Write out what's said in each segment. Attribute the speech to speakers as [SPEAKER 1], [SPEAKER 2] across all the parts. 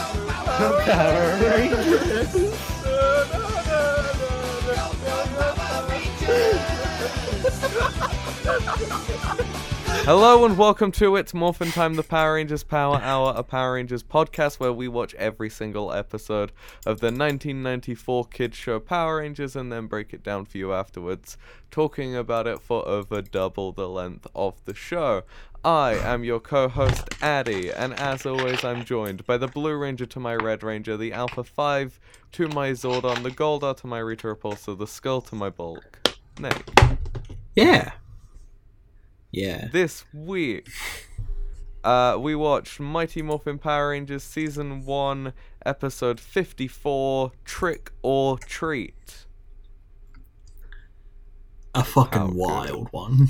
[SPEAKER 1] the Power Rangers.
[SPEAKER 2] Hello and welcome to It's Morphin Time, the Power Rangers Power Hour, a Power Rangers podcast where we watch every single episode of the 1994 kids show Power Rangers and then break it down for you afterwards, talking about it for over double the length of the show. I am your co host, Addy, and as always, I'm joined by the Blue Ranger to my Red Ranger, the Alpha 5 to my Zordon, the Goldar to my Rita Repulsa, the Skull to my Bulk. Nick.
[SPEAKER 3] Yeah. Yeah.
[SPEAKER 2] this week uh, we watched mighty morphin power rangers season 1 episode 54 trick or treat
[SPEAKER 3] A fucking
[SPEAKER 2] How good.
[SPEAKER 3] wild one.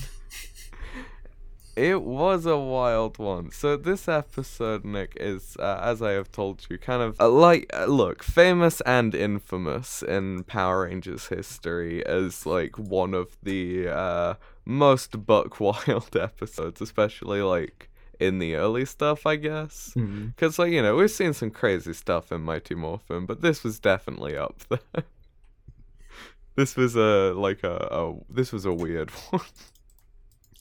[SPEAKER 2] it was a wild one so this episode nick is uh, as i have told you kind of uh, like uh, look famous and infamous in power rangers history as like one of the uh, most buck wild episodes especially like in the early stuff i guess
[SPEAKER 3] Mm.
[SPEAKER 2] Because, like, you know, we've seen some crazy stuff in Mighty Morphin, but this was definitely up there. this was a, like, a, a this was a weird one.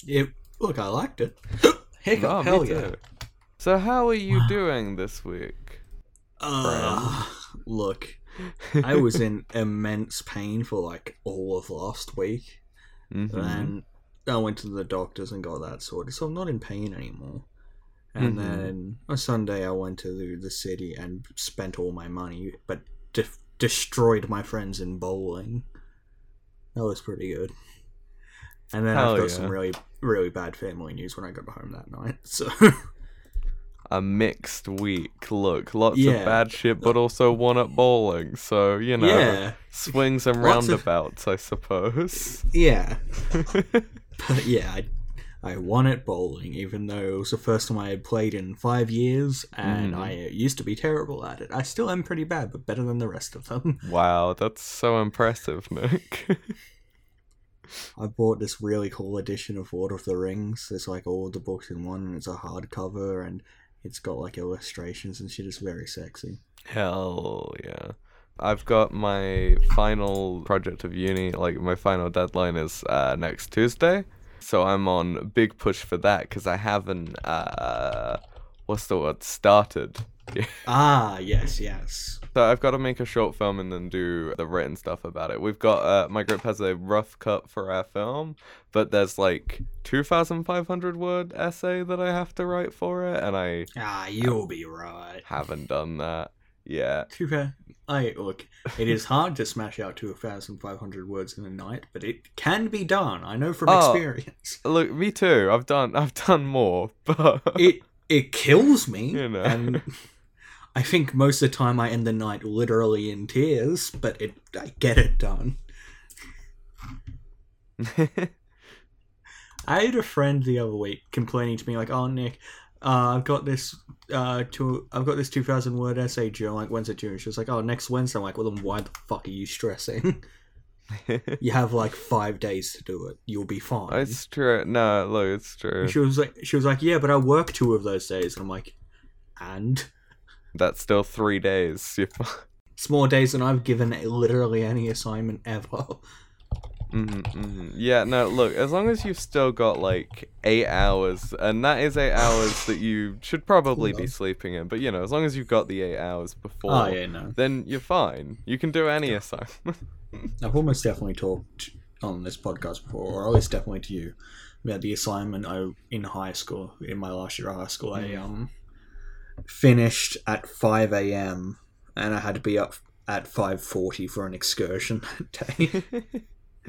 [SPEAKER 3] It, look, I liked it. Heck,
[SPEAKER 2] No, Oh, me
[SPEAKER 3] hell yeah.
[SPEAKER 2] too. So, how are you doing this week?
[SPEAKER 3] Uh, look, I was in immense pain for like all of last week.
[SPEAKER 2] Mhm.
[SPEAKER 3] And I went to the doctors and got that sorted, so I'm not in pain anymore. And
[SPEAKER 2] Mhm.
[SPEAKER 3] then on Sunday, I went to the, the city and spent all my money, but de- destroyed my friends in bowling. That was pretty good. And then
[SPEAKER 2] Hell
[SPEAKER 3] I've got
[SPEAKER 2] yeah.
[SPEAKER 3] some really, really bad family news when I got home that night. So
[SPEAKER 2] A mixed week. Look, lots
[SPEAKER 3] Yeah.
[SPEAKER 2] of bad shit, but also one at bowling. So, you know,
[SPEAKER 3] yeah,
[SPEAKER 2] swings and
[SPEAKER 3] Lots of-
[SPEAKER 2] roundabouts, I suppose.
[SPEAKER 3] yeah, but yeah, I, I won at bowling, even though it was the first time I had played in five years, and
[SPEAKER 2] Mhm.
[SPEAKER 3] I used to be terrible at it. I still am pretty bad, but better than the rest of them.
[SPEAKER 2] wow, that's so impressive, Nick.
[SPEAKER 3] I bought this really cool edition of Lord of the Rings. It's like all the books in one, and it's a hardcover, and it's got like illustrations and shit. It's very sexy.
[SPEAKER 2] Hell yeah. I've got my final project of uni, like my final deadline is uh, next Tuesday. So I'm on big push for that because I haven't, uh, what's the word, started.
[SPEAKER 3] Ah, yes, yes.
[SPEAKER 2] So I've got to make a short film and then do the written stuff about it. We've got, uh, my group has a rough cut for our film, but there's like 2,500 word essay that I have to write for it, and I
[SPEAKER 3] Ah, you'll be right.
[SPEAKER 2] haven't done that yet.
[SPEAKER 3] Too bad. I look. It is hard to smash out to thousand five hundred words in a night, but it can be done. I know from
[SPEAKER 2] Oh.
[SPEAKER 3] experience.
[SPEAKER 2] Look, me too. I've done, I've done more, but
[SPEAKER 3] It it kills me,
[SPEAKER 2] You know.
[SPEAKER 3] and I think most of the time I end the night literally in tears. But it, I get it done. I had a friend the other week complaining to me like, "Oh Nick, uh, I've got this uh, two, I've got this two thousand word essay due. I'm like, when's it due? And she was like, "Oh, next Wednesday." I'm like, "Well, then why the fuck are you stressing? you have like five days to do it. You'll be fine."
[SPEAKER 2] it's true. No, look, it's true.
[SPEAKER 3] And she was like, "She was like, yeah, but I work two of those days." And I'm like, "And
[SPEAKER 2] That's still three days. You fu-
[SPEAKER 3] it's more days than I've given literally any assignment ever."
[SPEAKER 2] Mhm, mhm. yeah, no, look, as long as you've still got like eight hours, and that is eight hours that you should probably be
[SPEAKER 3] Cool.
[SPEAKER 2] sleeping in, but you know, as long as you've got the eight hours before,
[SPEAKER 3] Oh yeah, no,
[SPEAKER 2] then you're fine. You can do any assignment.
[SPEAKER 3] I've almost definitely talked on this podcast before, or at least definitely to you, about the assignment I in high school, in my last year of high school, I um finished at five AM and I had to be up at five forty for an excursion that day.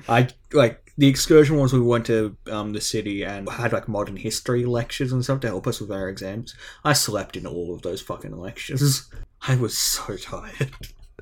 [SPEAKER 3] I like the excursion was we went to um, the city and had like modern history lectures and stuff to help us with our exams. I slept in all of those fucking lectures. I was so tired.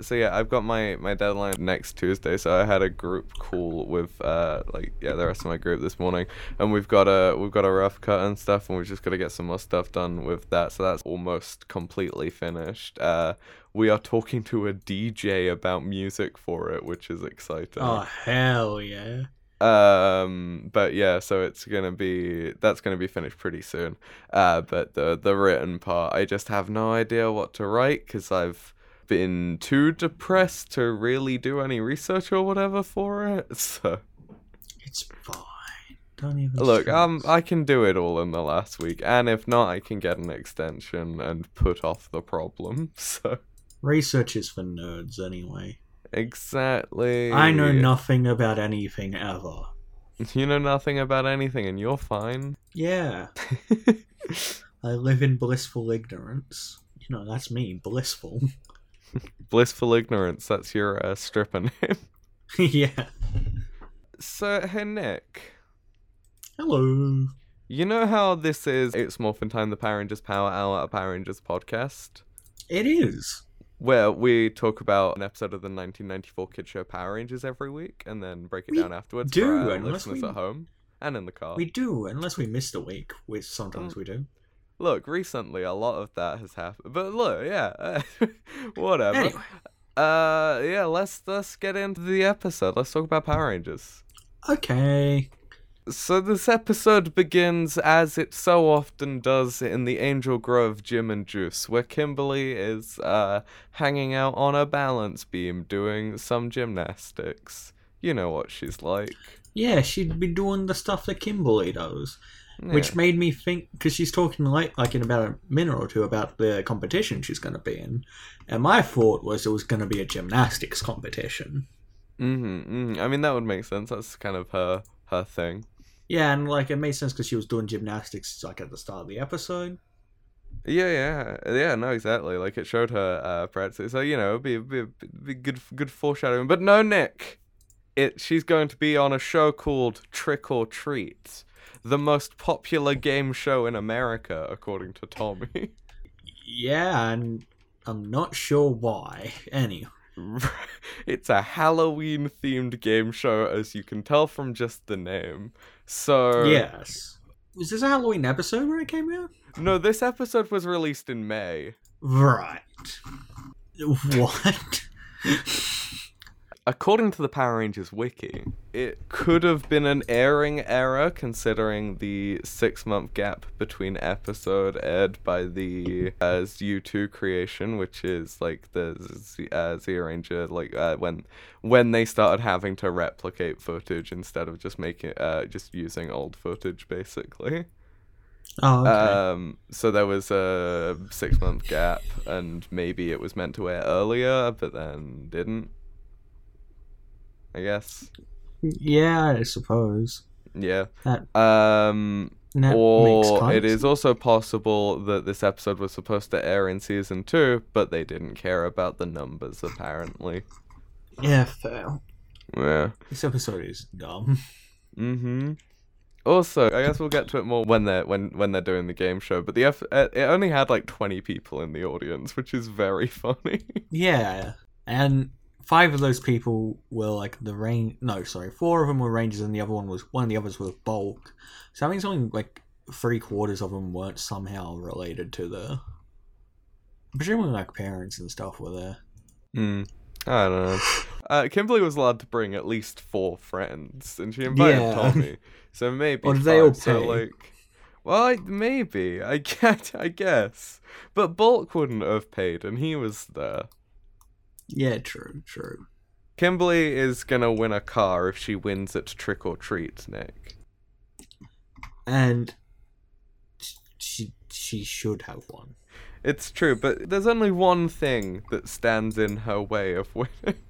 [SPEAKER 2] so yeah, I've got my my deadline next Tuesday. So I had a group call with uh like yeah the rest of my group this morning, and we've got a we've got a rough cut and stuff, and we've just got to get some more stuff done with that. So that's almost completely finished. Uh, we are talking to a DJ about music for it, which is exciting.
[SPEAKER 3] Oh hell yeah!
[SPEAKER 2] Um, but yeah, so it's gonna be that's gonna be finished pretty soon. Uh, but the the written part, I just have no idea what to write because I've been too depressed to really do any research or whatever for it. So
[SPEAKER 3] It's fine. Don't even
[SPEAKER 2] look,
[SPEAKER 3] stress.
[SPEAKER 2] um, I can do it all in the last week, and if not, I can get an extension and put off the problem. So
[SPEAKER 3] research is for nerds anyway.
[SPEAKER 2] exactly,
[SPEAKER 3] I know nothing about anything ever.
[SPEAKER 2] You know nothing about anything, and you're fine.
[SPEAKER 3] Yeah, I live in blissful ignorance. You know, that's me, blissful.
[SPEAKER 2] Blissful ignorance. That's your uh, stripper name.
[SPEAKER 3] yeah.
[SPEAKER 2] So, hey Nick,
[SPEAKER 3] Hello.
[SPEAKER 2] you know how this is? It's Morphin Time, the Power Rangers Power Hour, a Power Rangers podcast,
[SPEAKER 3] It is.
[SPEAKER 2] where we talk about an episode of the 1994 kid show Power Rangers every week, and then break it
[SPEAKER 3] We
[SPEAKER 2] down afterwards
[SPEAKER 3] do,
[SPEAKER 2] for our
[SPEAKER 3] unless
[SPEAKER 2] listeners
[SPEAKER 3] we-
[SPEAKER 2] at home and in the car.
[SPEAKER 3] We do, unless we missed a week, which
[SPEAKER 2] Mm.
[SPEAKER 3] sometimes we do.
[SPEAKER 2] Look, recently a lot of that has happened, but look, yeah, whatever.
[SPEAKER 3] Anyway,
[SPEAKER 2] Uh, yeah, let's let's get into the episode. Let's talk about Power Rangers.
[SPEAKER 3] okay.
[SPEAKER 2] So this episode begins as it so often does in the Angel Grove Gym and Juice, where Kimberly is uh hanging out on a balance beam doing some gymnastics. You know what she's like.
[SPEAKER 3] Yeah, she'd be doing the stuff that Kimberly does, which
[SPEAKER 2] Yeah.
[SPEAKER 3] made me think because she's talking like like in about a minute or two about the competition she's going to be in, and my thought was it was going to be a gymnastics competition.
[SPEAKER 2] Mhm, mhm. I mean that would make sense. That's kind of her her thing.
[SPEAKER 3] Yeah, and like it made sense because she was doing gymnastics like at the start of the episode.
[SPEAKER 2] Yeah, yeah, uh, yeah. No, exactly. Like it showed her uh, practice. So you know, it'd be, be, be good, good foreshadowing. But no, Nick. It. She's going to be on a show called Trick or Treat, the most popular game show in America, according to Tommy.
[SPEAKER 3] Yeah, and I'm not sure why. Anyway,
[SPEAKER 2] it's a Halloween-themed game show, as you can tell from just the name. So
[SPEAKER 3] yes, was this a Halloween episode when it came out?
[SPEAKER 2] No, this episode was released in May.
[SPEAKER 3] Right. What?
[SPEAKER 2] According to the Power Rangers wiki, it could have been an airing error considering the six month gap between episode aired by the uh, as U2 creation, which is like the Z- uh, Z Ranger, like uh, when when they started having to replicate footage instead of just making uh, just using old footage basically.
[SPEAKER 3] Oh, okay.
[SPEAKER 2] Um, so there was a six month gap, and maybe it was meant to air earlier, but then didn't. I guess.
[SPEAKER 3] yeah, I suppose
[SPEAKER 2] Yeah.
[SPEAKER 3] that,
[SPEAKER 2] Um,
[SPEAKER 3] that makes
[SPEAKER 2] or
[SPEAKER 3] kind
[SPEAKER 2] it
[SPEAKER 3] of
[SPEAKER 2] is also possible that this episode was supposed to air in season two, but they didn't care about the numbers, apparently.
[SPEAKER 3] Yeah, fair.
[SPEAKER 2] Yeah.
[SPEAKER 3] This episode is dumb.
[SPEAKER 2] Mm-hmm. Also, I guess we'll get to it more when they're when when they're doing the game show. But the F- uh, it only had like twenty people in the audience, which is very funny.
[SPEAKER 3] Yeah, and five of those people were like the rain. No, sorry, four of them were rangers, and the other one was one of the others was bulk. So that means only like three quarters of them weren't somehow related to the. I'm presuming like parents and stuff were there.
[SPEAKER 2] Hmm. I don't know. Uh, Kimberly was allowed to bring at least four friends, and she invited
[SPEAKER 3] Yeah.
[SPEAKER 2] Tommy. So maybe.
[SPEAKER 3] Or did they all
[SPEAKER 2] five, So
[SPEAKER 3] pay?
[SPEAKER 2] like, well, I, maybe I get. I guess, but Bulk wouldn't have paid, and he was there.
[SPEAKER 3] Yeah, true, true.
[SPEAKER 2] Kimberly is gonna win a car if she wins at Trick or Treat, Nick.
[SPEAKER 3] And she she should have one.
[SPEAKER 2] It's true, but there's only one thing that stands in her way of winning.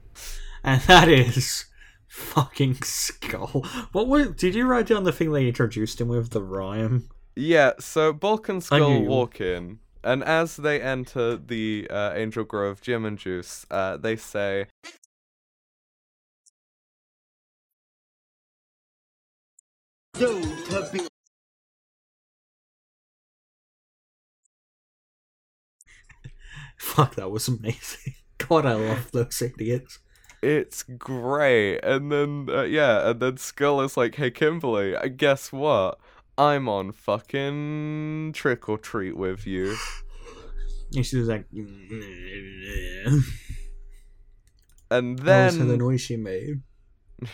[SPEAKER 3] and that is fucking skull. What was? Did you write down the thing they introduced him with the rhyme?
[SPEAKER 2] Yeah, so Bulk and Skull
[SPEAKER 3] knew.
[SPEAKER 2] walk in, and as they enter the uh, Angel Grove Gym and Juice, uh, they say,
[SPEAKER 3] Fuck, that was amazing. God, I love those idiots.
[SPEAKER 2] "It's great," and then uh, yeah, and then Skull is like, "Hey Kimberly, uh, guess what? I'm on fucking trick or treat with you."
[SPEAKER 3] And she was like, "Mm, yeah."
[SPEAKER 2] And
[SPEAKER 3] that was the
[SPEAKER 2] then
[SPEAKER 3] noise she made.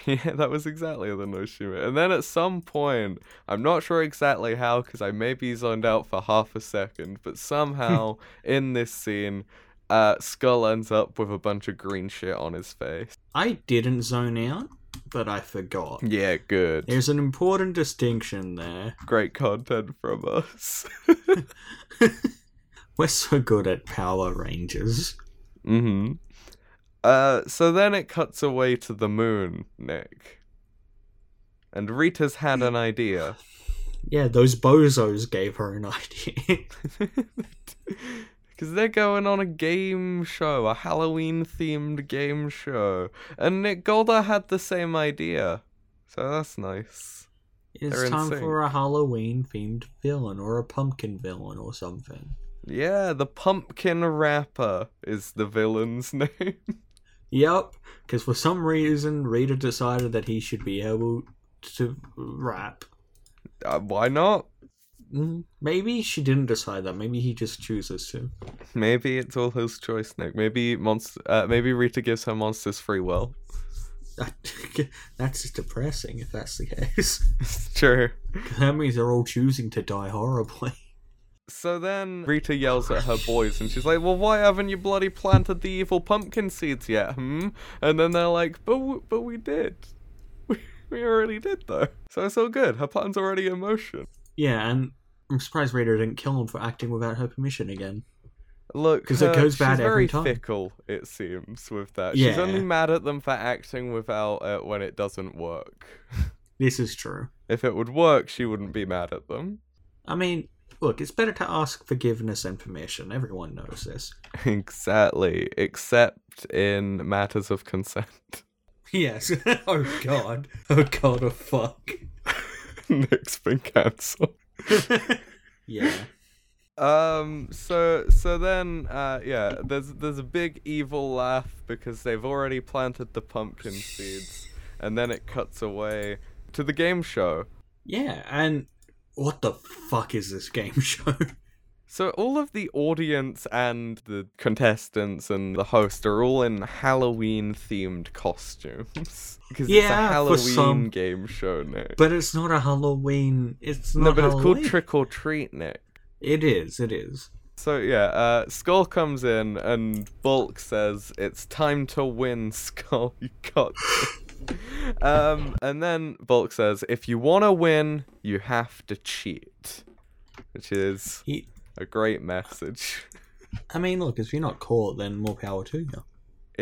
[SPEAKER 2] Yeah, that was exactly the Noshima. And then at some point, I'm not sure exactly how, because I maybe zoned out for half a second, but somehow in this scene, uh, Skull ends up with a bunch of green shit on his face.
[SPEAKER 3] I didn't zone out, but I forgot.
[SPEAKER 2] Yeah, good.
[SPEAKER 3] There's an important distinction there.
[SPEAKER 2] Great content from us.
[SPEAKER 3] We're so good at Power Rangers.
[SPEAKER 2] hmm Uh, so then it cuts away to the moon, Nick. And Rita's had an idea.
[SPEAKER 3] Yeah, those bozos gave her an idea.
[SPEAKER 2] Because they're going on a game show, a Halloween themed game show. And Nick Golda had the same idea. So that's nice. They're
[SPEAKER 3] it's
[SPEAKER 2] in
[SPEAKER 3] time
[SPEAKER 2] sync.
[SPEAKER 3] for a Halloween themed villain or a pumpkin villain or something.
[SPEAKER 2] Yeah, the pumpkin rapper is the villain's name.
[SPEAKER 3] Yep, because for some reason Rita decided that he should be able to rap.
[SPEAKER 2] Uh, why not?
[SPEAKER 3] Mm, Maybe she didn't decide that. Maybe he just chooses to.
[SPEAKER 2] Maybe it's all his choice, Nick. Maybe monster. Uh, maybe Rita gives her monsters free will.
[SPEAKER 3] That's just depressing if that's the case.
[SPEAKER 2] Sure.
[SPEAKER 3] That means they're all choosing to die horribly.
[SPEAKER 2] So then Rita yells at her boys and she's like, Well, why haven't you bloody planted the evil pumpkin seeds yet? Hmm? And then they're like, But, w- but we did. We, we already did, though. So it's all good. Her plan's already in motion.
[SPEAKER 3] Yeah, and I'm surprised Rita didn't kill him for acting without her permission again.
[SPEAKER 2] Look,
[SPEAKER 3] 'Cause it
[SPEAKER 2] her-
[SPEAKER 3] goes
[SPEAKER 2] she's
[SPEAKER 3] bad every
[SPEAKER 2] very
[SPEAKER 3] time.
[SPEAKER 2] fickle, it seems, with that. She's only
[SPEAKER 3] Yeah.
[SPEAKER 2] mad at them for acting without it when it doesn't work.
[SPEAKER 3] This is true.
[SPEAKER 2] If it would work, she wouldn't be mad at them.
[SPEAKER 3] I mean, look, it's better to ask forgiveness and permission. Everyone knows this.
[SPEAKER 2] Exactly. Except in matters of consent.
[SPEAKER 3] Yes. oh god. Oh god, oh fuck.
[SPEAKER 2] Nick's been cancelled.
[SPEAKER 3] yeah.
[SPEAKER 2] Um. So so then, uh, yeah. There's there's a big evil laugh because they've already planted the pumpkin seeds, and then it cuts away to the game show.
[SPEAKER 3] Yeah, and what the fuck is this game show?
[SPEAKER 2] So all of the audience and the contestants and the host are all in Halloween-themed costumes because it's a
[SPEAKER 3] Yeah, for
[SPEAKER 2] Halloween
[SPEAKER 3] some-
[SPEAKER 2] game show, Nick.
[SPEAKER 3] But it's not a Halloween. It's not
[SPEAKER 2] no, but it's called
[SPEAKER 3] Halloween.
[SPEAKER 2] Trick or Treat, Nick.
[SPEAKER 3] It is. It is.
[SPEAKER 2] So yeah, uh, Skull comes in and Bulk says, "It's time to win, Skull. You got." this." um, and then Bulk says, "If you want to win, you have to cheat," which is
[SPEAKER 3] He,
[SPEAKER 2] a great message.
[SPEAKER 3] I mean, look, if you're not caught, then more power to you.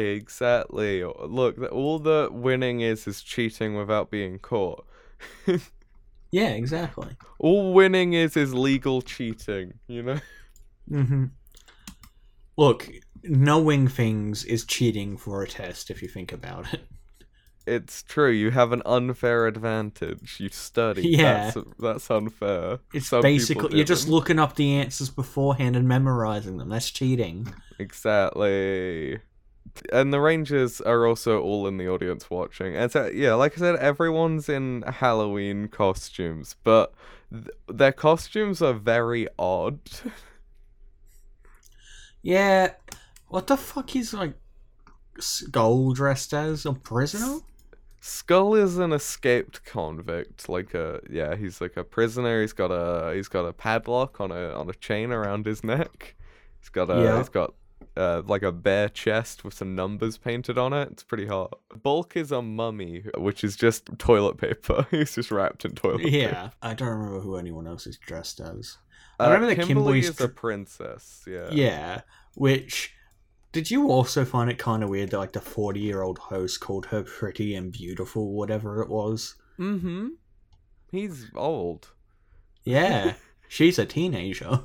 [SPEAKER 2] exactly. Look, th- all that winning is is cheating without being caught.
[SPEAKER 3] Yeah, exactly.
[SPEAKER 2] All winning is is legal cheating. You know.
[SPEAKER 3] Mm-hmm. Look, knowing things is cheating for a test if you think about it.
[SPEAKER 2] It's true. You have an unfair advantage. You study.
[SPEAKER 3] Yeah.
[SPEAKER 2] That's, that's unfair.
[SPEAKER 3] It's
[SPEAKER 2] Some people
[SPEAKER 3] basically you're just
[SPEAKER 2] didn't.
[SPEAKER 3] looking up the answers beforehand and memorizing them. That's cheating.
[SPEAKER 2] Exactly. And the Rangers are also all in the audience watching. And so, yeah, like I said, everyone's in Halloween costumes, but th- their costumes are very odd.
[SPEAKER 3] Yeah. What the fuck is like skull dressed as a prisoner?
[SPEAKER 2] Skull is an escaped convict, like a yeah, he's like a prisoner. He's got a he's got a padlock on a on a chain around his neck. He's got a
[SPEAKER 3] Yeah.
[SPEAKER 2] he's got uh, like a bare chest with some numbers painted on it. It's pretty hot. Bulk is a mummy, which is just toilet paper. he's just wrapped in toilet paper.
[SPEAKER 3] Yeah, I don't remember who anyone else is dressed as. I
[SPEAKER 2] Uh,
[SPEAKER 3] remember that
[SPEAKER 2] Kimberly
[SPEAKER 3] Kimberly's
[SPEAKER 2] is a
[SPEAKER 3] dr-
[SPEAKER 2] princess. Yeah.
[SPEAKER 3] Yeah, which did you also find it kind of weird that like the forty-year-old host called her pretty and beautiful, whatever it was?
[SPEAKER 2] Mm-hmm. He's old.
[SPEAKER 3] Yeah, she's a teenager.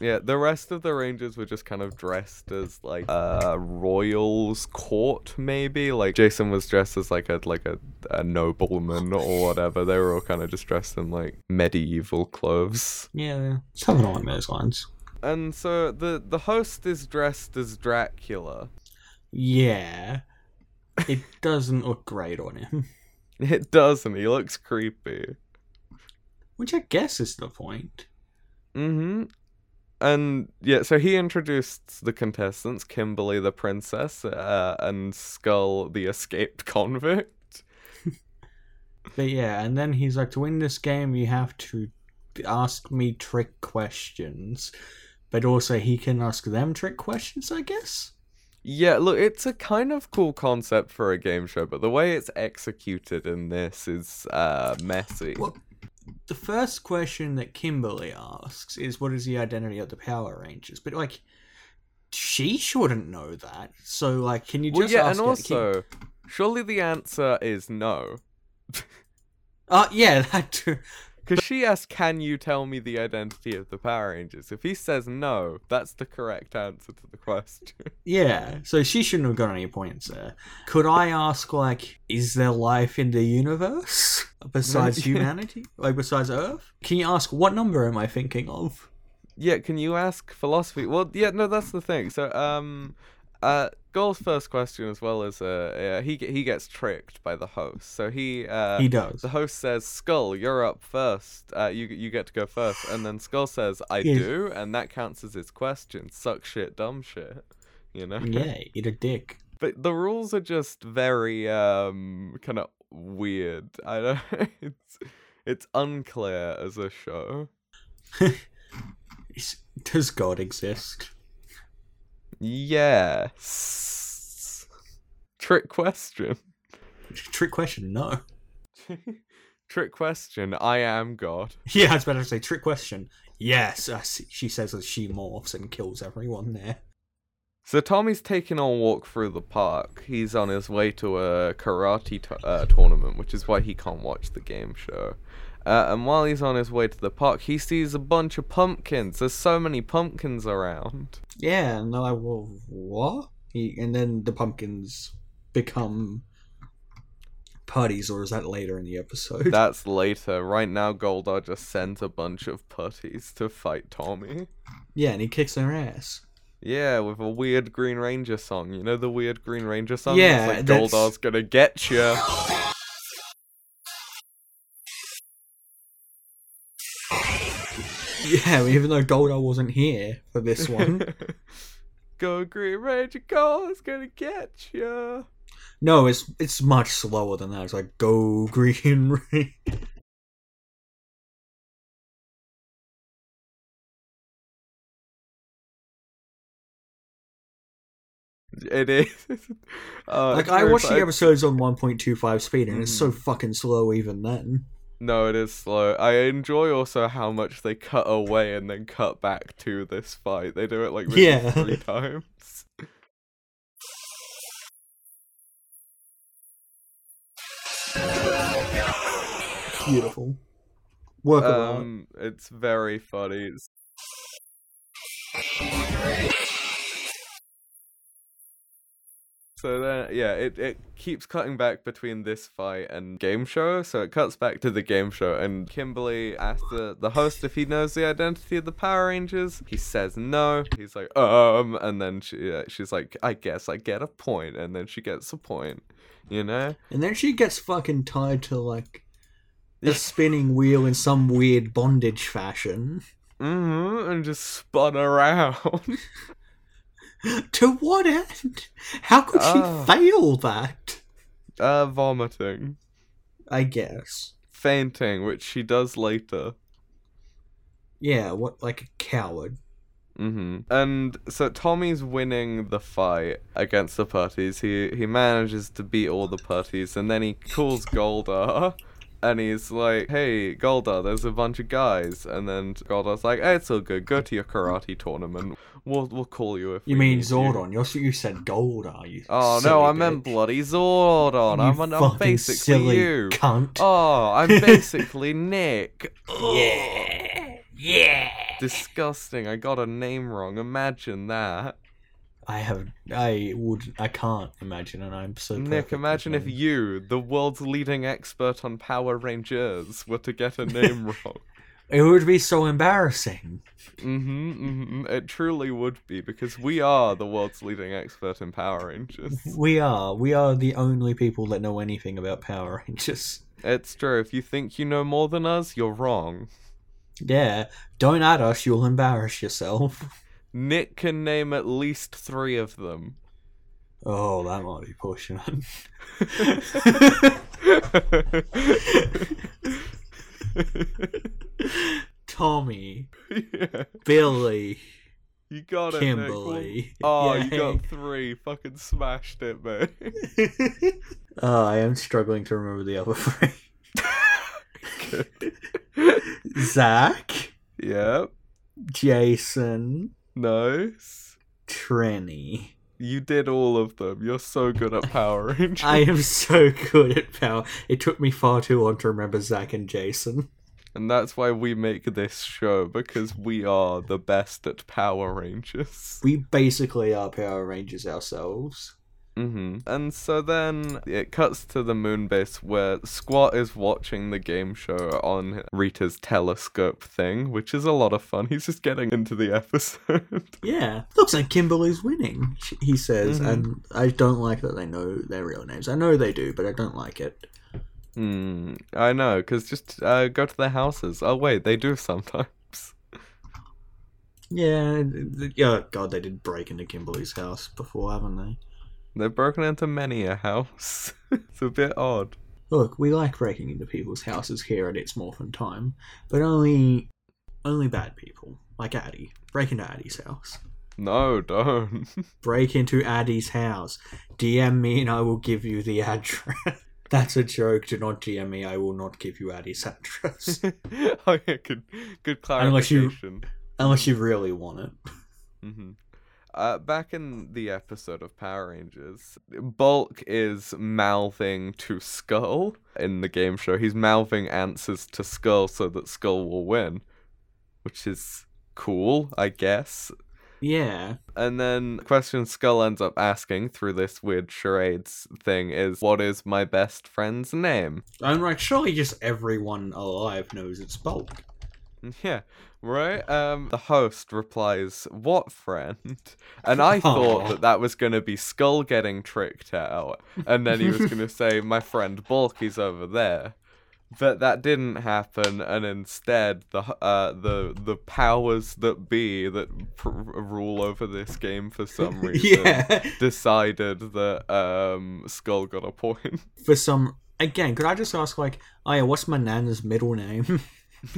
[SPEAKER 2] Yeah, the rest of the Rangers were just kind of dressed as like uh royals court maybe. Like Jason was dressed as like a like a, a nobleman or whatever. They were all kind of just dressed in like medieval clothes.
[SPEAKER 3] Yeah, something along those lines.
[SPEAKER 2] And so the the host is dressed as Dracula.
[SPEAKER 3] Yeah, it doesn't look great on him,
[SPEAKER 2] It doesn't. He looks creepy.
[SPEAKER 3] which I guess is the point.
[SPEAKER 2] Mm-hmm. And yeah, so he introduced the contestants: Kimberly, the princess, uh, and Skull, the escaped convict.
[SPEAKER 3] But yeah, and then he's like, to win this game, you have to ask me trick questions. But also, he can ask them trick questions, I guess?
[SPEAKER 2] Yeah, look, it's a kind of cool concept for a game show, but the way it's executed in this is uh, messy.
[SPEAKER 3] Well, the first question that Kimberly asks is, what is the identity of the Power Rangers? But, like, she shouldn't know that. So, like, can you just
[SPEAKER 2] Well, yeah,
[SPEAKER 3] ask
[SPEAKER 2] and
[SPEAKER 3] her- can-
[SPEAKER 2] also, surely the answer is no.
[SPEAKER 3] Uh, yeah, that too.
[SPEAKER 2] Because she asked, Can you tell me the identity of the Power Rangers? If he says no, that's the correct answer to the question.
[SPEAKER 3] Yeah, so she shouldn't have got any points there. Could I ask, like, is there life in the universe besides
[SPEAKER 2] Yeah.
[SPEAKER 3] humanity? Like, besides Earth? Can you ask, what number am I thinking of?
[SPEAKER 2] yeah, can you ask philosophy? Well, yeah, no, that's the thing. So, um, uh, Gold's first question, as well as uh, uh he ge- he gets tricked by the host. So he uh
[SPEAKER 3] he does.
[SPEAKER 2] the host says, "Skull, you're up first. Uh, you you get to go first. And then Skull says, "I
[SPEAKER 3] Yes.
[SPEAKER 2] do," and that counts as his question. Suck shit, dumb shit. You know.
[SPEAKER 3] yeah, eat a dick.
[SPEAKER 2] but the rules are just very um kind of weird. I don't. It's it's unclear as a show.
[SPEAKER 3] Is- Does God exist?
[SPEAKER 2] Yes. Trick question.
[SPEAKER 3] Trick question, no.
[SPEAKER 2] Trick question. I am God.
[SPEAKER 3] Yeah, I was about to say, trick question. Yes, I see- she says as she morphs and kills everyone there.
[SPEAKER 2] So Tommy's taking on walk through the park. He's on his way to a karate t- uh, tournament, which is why he can't watch the game show. Uh, and while he's on his way to the park, he sees a bunch of pumpkins. There's so many pumpkins around.
[SPEAKER 3] Yeah, and they're like, well, what? He, and then the pumpkins become putties, or is that later in the episode?
[SPEAKER 2] That's later. Right now, Goldar just sends a bunch of putties to fight Tommy.
[SPEAKER 3] yeah, and he kicks their ass.
[SPEAKER 2] Yeah, with a weird Green Ranger song. You know the weird Green Ranger song?
[SPEAKER 3] Yeah,
[SPEAKER 2] it's like
[SPEAKER 3] that's-
[SPEAKER 2] Goldar's gonna get you.
[SPEAKER 3] Yeah, even though Goldar wasn't here for this one.
[SPEAKER 2] Go Green Ranger, Goldar's gonna get you.
[SPEAKER 3] no, it's it's much slower than that. It's like go green ring.
[SPEAKER 2] It is. Uh,
[SPEAKER 3] Like I watched the
[SPEAKER 2] terrifying.
[SPEAKER 3] episodes on 1.25 speed, and it's so
[SPEAKER 2] Mhm.
[SPEAKER 3] fucking slow even then.
[SPEAKER 2] No, it is slow. I enjoy also how much they cut away and then cut back to this fight. They do it like really
[SPEAKER 3] Yeah.
[SPEAKER 2] three times.
[SPEAKER 3] Beautiful. Work around.
[SPEAKER 2] Um, it's very funny. It's- So then, yeah, it, it keeps cutting back between this fight and game show. So it cuts back to the game show, and Kimberly asks the, the host if he knows the identity of the Power Rangers. He says no. He's like, um, and then she uh, she's like, I guess I get a point, and then she gets a point. You know?
[SPEAKER 3] And then she gets fucking tied to like a spinning wheel in some weird bondage fashion.
[SPEAKER 2] Mm-hmm, and just spun around.
[SPEAKER 3] to what end? How could she
[SPEAKER 2] Ah.
[SPEAKER 3] fail that?
[SPEAKER 2] Uh, vomiting.
[SPEAKER 3] I guess.
[SPEAKER 2] Fainting, which she does later.
[SPEAKER 3] Yeah, what like a coward. Mm-hmm.
[SPEAKER 2] hmm And so Tommy's winning the fight against the putties. He he manages to beat all the putties, and then he calls Goldar, and he's like, "Hey, Goldar, there's a bunch of guys." And then Goldar's like, "Hey, it's all good. Go to your karate tournament. We'll we'll call you if
[SPEAKER 3] You
[SPEAKER 2] we
[SPEAKER 3] mean
[SPEAKER 2] need
[SPEAKER 3] Zordon? You. You said Goldar. You
[SPEAKER 2] Oh
[SPEAKER 3] silly
[SPEAKER 2] no, I
[SPEAKER 3] bitch.
[SPEAKER 2] meant bloody Zordon. I'm
[SPEAKER 3] You
[SPEAKER 2] an, I'm
[SPEAKER 3] fucking
[SPEAKER 2] basically
[SPEAKER 3] silly
[SPEAKER 2] you.
[SPEAKER 3] cunt.
[SPEAKER 2] Oh, I'm basically Nick.
[SPEAKER 3] yeah, yeah.
[SPEAKER 2] Disgusting. I got a name wrong. Imagine that.
[SPEAKER 3] I have. I would. I can't imagine, and I'm so.
[SPEAKER 2] Nick,
[SPEAKER 3] perfect
[SPEAKER 2] imagine if
[SPEAKER 3] with
[SPEAKER 2] you, the world's leading expert on Power Rangers, were to get a name wrong.
[SPEAKER 3] it would be so embarrassing.
[SPEAKER 2] hmm hmm It truly would be, because we are the world's leading expert in Power Rangers.
[SPEAKER 3] We are. We are the only people that know anything about Power Rangers.
[SPEAKER 2] It's true. If you think you know more than us, you're wrong.
[SPEAKER 3] Yeah. Don't add us, you'll embarrass yourself.
[SPEAKER 2] Nick can name at least three of them.
[SPEAKER 3] Oh, that might be pushing it. Tommy,
[SPEAKER 2] yeah.
[SPEAKER 3] Billy,
[SPEAKER 2] You got it, Nick. Well,
[SPEAKER 3] Kimberly.
[SPEAKER 2] Oh, you
[SPEAKER 3] Yay.
[SPEAKER 2] got three. Fucking smashed it, man.
[SPEAKER 3] Oh, I am struggling to remember the other three. Zach,
[SPEAKER 2] yep.
[SPEAKER 3] Jason,
[SPEAKER 2] Nice.
[SPEAKER 3] Trenny.
[SPEAKER 2] You did all of them. You're so good at Power Rangers.
[SPEAKER 3] I am so good at power. It took me far too long to remember Zach and Jason.
[SPEAKER 2] And that's why we make this show, because we are the best at Power Rangers.
[SPEAKER 3] We basically are Power Rangers ourselves.
[SPEAKER 2] hmm And so then it cuts to the moon base where Squat is watching the game show on Rita's telescope thing, which is a lot of fun. He's just getting into the episode.
[SPEAKER 3] Yeah. Looks like Kimberly's winning, sh- he says,
[SPEAKER 2] Mhm.
[SPEAKER 3] and I don't like that they know their real names. I know they do, but I don't like it.
[SPEAKER 2] Hmm. I know, because just uh, go to their houses. Oh, wait, they do sometimes.
[SPEAKER 3] Yeah, th- th- oh god, they did break into Kimberly's house before, haven't they?
[SPEAKER 2] They've broken into many a house. it's a bit odd.
[SPEAKER 3] Look, we like breaking into people's houses here at It's Morphin Time, but only only bad people, like Addie. Break into Addie's house.
[SPEAKER 2] No, don't.
[SPEAKER 3] break into Addie's house. DM me and I will give you the address. That's a joke. Do not DM me. I will not give you Addie's address
[SPEAKER 2] oh yeah, good, good
[SPEAKER 3] Unless you-
[SPEAKER 2] clarification.
[SPEAKER 3] unless you really want it.
[SPEAKER 2] hmm Uh, back in the episode of Power Rangers, Bulk is mouthing to Skull in the game show. He's mouthing answers to Skull so that Skull will win, which is cool, I guess.
[SPEAKER 3] Yeah,
[SPEAKER 2] And then question Skull ends up asking through this weird charades thing is, "What is my best friend's name?"
[SPEAKER 3] I'm like surely just everyone alive knows it's bulk.
[SPEAKER 2] Yeah, right. Um, the host replies, "What friend?" And I thought
[SPEAKER 3] Aw.
[SPEAKER 2] that that was going to be Skull getting tricked out, and then he was going to say, "My friend Bulky's over there," but that didn't happen. And instead, the h- uh, the the powers that be that pr- rule over this game for some reason
[SPEAKER 3] yeah,
[SPEAKER 2] decided that um, Skull got a point.
[SPEAKER 3] for some again. Could I just ask like, oh yeah, what's my nana's middle name?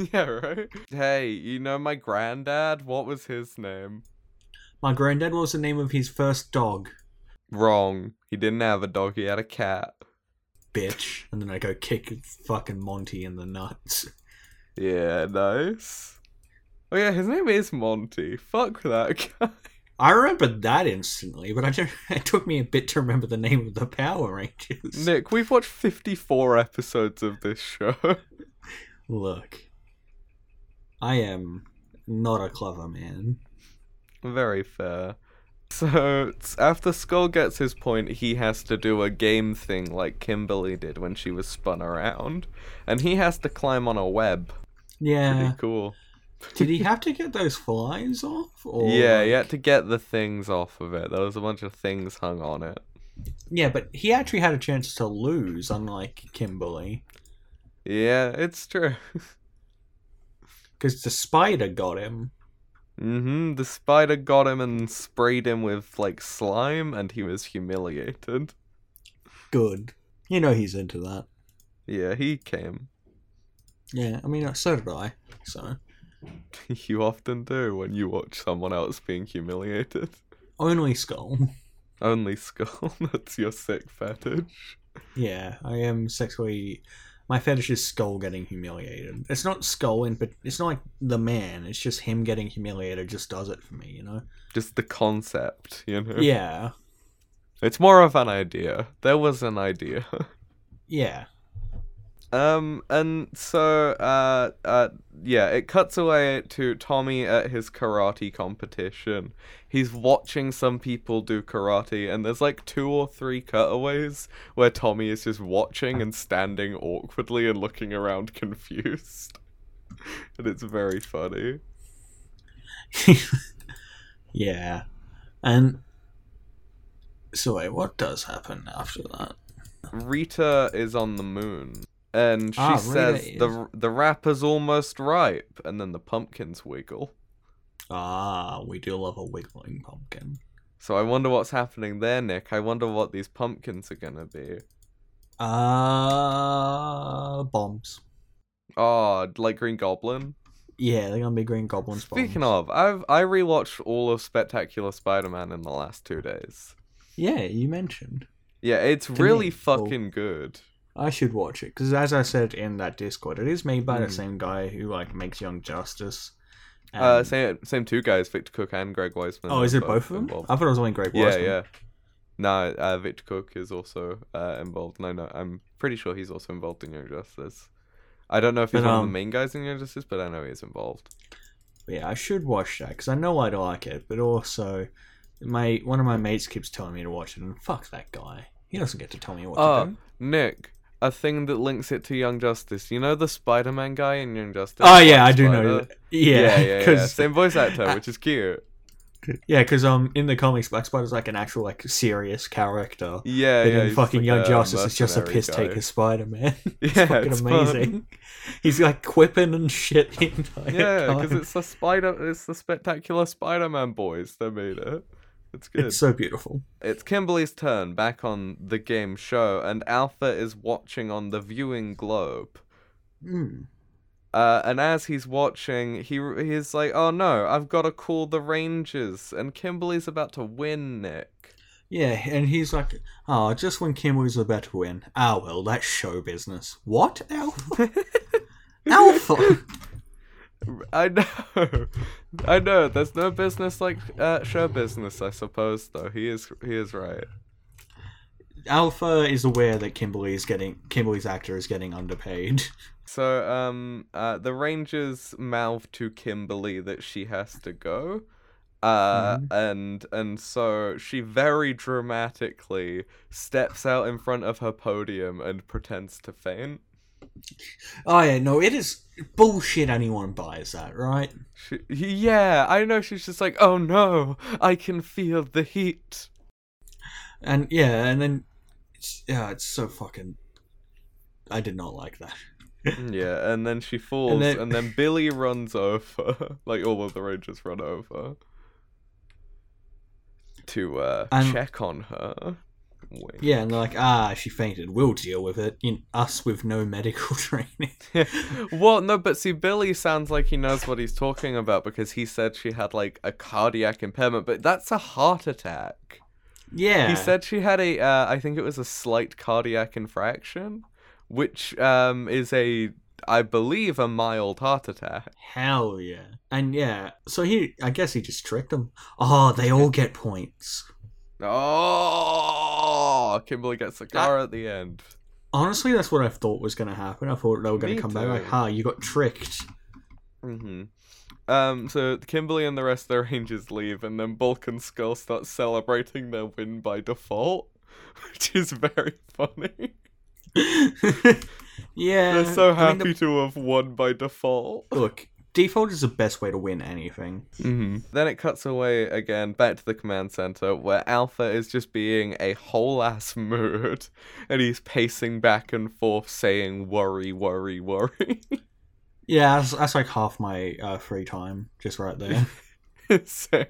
[SPEAKER 2] yeah, right. Hey, you know my granddad? What was his name?
[SPEAKER 3] my granddad. What was the name of his first dog?
[SPEAKER 2] Wrong. He didn't have a dog, he had a cat.
[SPEAKER 3] Bitch. And then I go kick fucking Monty in the nuts.
[SPEAKER 2] Yeah, nice. Oh yeah, his name is Monty. Fuck that guy.
[SPEAKER 3] I remember that instantly, but I don't. It took me a bit to remember the name of the Power Rangers.
[SPEAKER 2] Nick, we've watched 54 episodes of this show.
[SPEAKER 3] Look, I am not a clever man.
[SPEAKER 2] Very fair. So, s- after Skull gets his point, he has to do a game thing like Kimberly did when she was spun around. And he has to climb on a web. Pretty
[SPEAKER 3] Yeah.
[SPEAKER 2] cool.
[SPEAKER 3] Did he have to get those flies off? Or
[SPEAKER 2] Yeah, he had to get the things off of it. There was a bunch of things hung on it.
[SPEAKER 3] Yeah, but he actually had a chance to lose, unlike Kimberly,
[SPEAKER 2] Yeah, it's true.
[SPEAKER 3] because the spider got him.
[SPEAKER 2] Mm-hmm. The spider got him and sprayed him with like slime, and he was humiliated.
[SPEAKER 3] Good. You know he's into that.
[SPEAKER 2] Yeah, he came.
[SPEAKER 3] Yeah, I mean, so did I. So
[SPEAKER 2] you often do when you watch someone else being humiliated.
[SPEAKER 3] only skull.
[SPEAKER 2] Only skull. That's your sick fetish.
[SPEAKER 3] Yeah, I am sexually. My fetish is Skull getting humiliated. It's not Skull in, but it's not like the man. It's just him getting humiliated. Just does it for me, you know.
[SPEAKER 2] Just the concept, you know.
[SPEAKER 3] Yeah,
[SPEAKER 2] It's more of an idea. There was an idea.
[SPEAKER 3] yeah.
[SPEAKER 2] Um, and so, uh, uh, yeah, it cuts away to Tommy at his karate competition. He's watching some people do karate, and there's like two or three cutaways where Tommy is just watching and standing awkwardly and looking around confused. and it's very funny.
[SPEAKER 3] yeah, and so wait, what does happen after that?
[SPEAKER 2] Rita is on the moon, and she
[SPEAKER 3] Ah, Rita
[SPEAKER 2] says
[SPEAKER 3] is.
[SPEAKER 2] the the wrapper's almost ripe, and then the pumpkins wiggle.
[SPEAKER 3] Ah, we do love a wiggling pumpkin.
[SPEAKER 2] So I wonder what's happening there, Nick. I wonder what these pumpkins are gonna be.
[SPEAKER 3] Uh, bombs.
[SPEAKER 2] Oh, like Green Goblin.
[SPEAKER 3] Yeah, they're gonna be Green Goblin's bombs.
[SPEAKER 2] Speaking of, I've I rewatched all of Spectacular Spider-Man in the last two days.
[SPEAKER 3] yeah, you mentioned
[SPEAKER 2] Yeah, it's
[SPEAKER 3] me,
[SPEAKER 2] really
[SPEAKER 3] it's cool.
[SPEAKER 2] fucking good.
[SPEAKER 3] I should watch it because, as I said in that Discord, it is made by the
[SPEAKER 2] Mm.
[SPEAKER 3] same guy who like makes Young Justice.
[SPEAKER 2] uh,
[SPEAKER 3] and-
[SPEAKER 2] same same two guys, Victor Cook and Greg Weisman.
[SPEAKER 3] Oh,
[SPEAKER 2] are
[SPEAKER 3] is it both of them?
[SPEAKER 2] involved.
[SPEAKER 3] I thought it was only Greg.
[SPEAKER 2] yeah,
[SPEAKER 3] Weisman.
[SPEAKER 2] yeah. No, uh, Victor Cook is also uh, involved. No, no, I'm pretty sure he's also involved in Young Justice. I don't know if he's
[SPEAKER 3] But,
[SPEAKER 2] one of
[SPEAKER 3] um,
[SPEAKER 2] the main guys in Young Justice, but I know he's involved.
[SPEAKER 3] Yeah, I should watch that because I know I'd like it, but also my one of my mates keeps telling me to watch it, and fuck that guy. He doesn't get to tell me what
[SPEAKER 2] Oh.
[SPEAKER 3] to do.
[SPEAKER 2] Nick, a thing that links it to Young Justice. You know the Spider-Man guy in Young Justice?
[SPEAKER 3] Oh yeah,
[SPEAKER 2] Black
[SPEAKER 3] I do know.
[SPEAKER 2] Spider?
[SPEAKER 3] That. Yeah,
[SPEAKER 2] yeah, yeah, yeah.
[SPEAKER 3] 'cause-
[SPEAKER 2] Same voice actor, which is cute.
[SPEAKER 3] yeah, because um, in the comics, Black Spider's like an actual like serious character.
[SPEAKER 2] Yeah,
[SPEAKER 3] And
[SPEAKER 2] yeah.
[SPEAKER 3] in
[SPEAKER 2] he's
[SPEAKER 3] fucking
[SPEAKER 2] like
[SPEAKER 3] Young
[SPEAKER 2] a
[SPEAKER 3] Justice, it's just a
[SPEAKER 2] mercenary
[SPEAKER 3] piss
[SPEAKER 2] guy.
[SPEAKER 3] taker Spider Man.
[SPEAKER 2] yeah,
[SPEAKER 3] fucking
[SPEAKER 2] it's fun.
[SPEAKER 3] amazing. He's like quipping and shit the entire
[SPEAKER 2] Yeah,
[SPEAKER 3] time.
[SPEAKER 2] because it's the spider, it's the spectacular Spider-Man boys that made it. It's good.
[SPEAKER 3] It's so beautiful.
[SPEAKER 2] It's Kimberly's turn back on the game show, and Alpha is watching on the viewing globe.
[SPEAKER 3] Mm.
[SPEAKER 2] Uh, and as he's watching, he he's like, "Oh no, I've got to call the Rangers." And Kimberly's about to win, Nick.
[SPEAKER 3] Yeah, and he's like, oh, just when Kim was about to win. Ah, well, that's show business. What, Alpha? Alpha!
[SPEAKER 2] I know, I know. There's no business like uh, show business, I suppose. Though he is he is right.
[SPEAKER 3] Alpha is aware that Kimberly is getting Kimberly's actor is getting underpaid.
[SPEAKER 2] So, um, uh, the Rangers mouth to Kimberly that she has to go, uh, and and so she very dramatically steps out in front of her podium and pretends to faint.
[SPEAKER 3] Oh yeah, no, it is bullshit. Anyone buys that, right?
[SPEAKER 2] She, yeah, I know. She's just like, oh no, I can feel the heat.
[SPEAKER 3] And yeah, and then it's- yeah, it's so fucking. I did not like that.
[SPEAKER 2] Mm, yeah, and then she falls, and
[SPEAKER 3] then-
[SPEAKER 2] then, Billy runs over, like all of the Rangers run over to uh,
[SPEAKER 3] And-
[SPEAKER 2] check on her. Wink.
[SPEAKER 3] Yeah, and they're like, ah, she fainted. We'll deal with it. You know, us with no medical training.
[SPEAKER 2] well, no, but see, Billy sounds like he knows what he's talking about because he said she had like a cardiac impairment, but that's a heart attack.
[SPEAKER 3] yeah,
[SPEAKER 2] He said she had a, uh, I think it was a slight cardiac infraction, which um, is a, I believe, a mild heart attack.
[SPEAKER 3] hell yeah, and yeah. So he, I guess he just tricked them. Oh, they all get points.
[SPEAKER 2] Oh, Kimberly gets
[SPEAKER 3] Ah.
[SPEAKER 2] the car at the end.
[SPEAKER 3] Honestly, that's what I thought was going to happen. I thought they were going
[SPEAKER 2] Me
[SPEAKER 3] to come back like,
[SPEAKER 2] too.
[SPEAKER 3] ha, you got tricked.
[SPEAKER 2] hmm Um, so Kimberly and the rest of the Rangers leave, and then Bulk and Skull start celebrating their win by default, which is very funny.
[SPEAKER 3] yeah.
[SPEAKER 2] They're so
[SPEAKER 3] I
[SPEAKER 2] happy
[SPEAKER 3] mean, the-
[SPEAKER 2] to have won by default.
[SPEAKER 3] look, default is the best way to win anything.
[SPEAKER 2] Mm-hmm. Then it cuts away again back to the command center where Alpha is just being a whole ass mood and he's pacing back and forth saying, worry, worry, worry.
[SPEAKER 3] Yeah, that's, that's like half my uh, free time, just right there.
[SPEAKER 2] so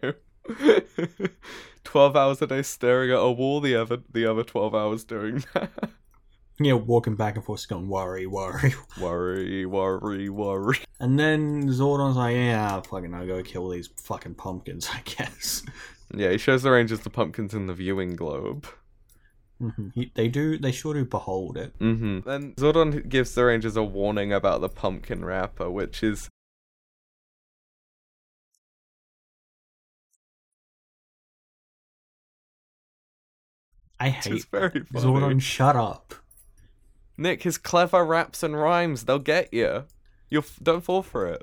[SPEAKER 2] 12 hours a day staring at a wall the other the other 12 hours doing that
[SPEAKER 3] yeah, walking back and forth, just going worry, worry.
[SPEAKER 2] worry worry worry
[SPEAKER 3] And then Zordon's like, yeah, fucking, I'll go kill these fucking pumpkins, I guess.
[SPEAKER 2] yeah he shows the rangers the pumpkins in the viewing globe
[SPEAKER 3] Mhm. He- they do, they sure do behold it.
[SPEAKER 2] mm-hmm then zordon gives the rangers a warning about the pumpkin wrapper which is
[SPEAKER 3] I
[SPEAKER 2] which is
[SPEAKER 3] hate
[SPEAKER 2] very funny
[SPEAKER 3] Zordon. Shut up.
[SPEAKER 2] nick his clever raps and rhymes they'll get you you f- don't fall for it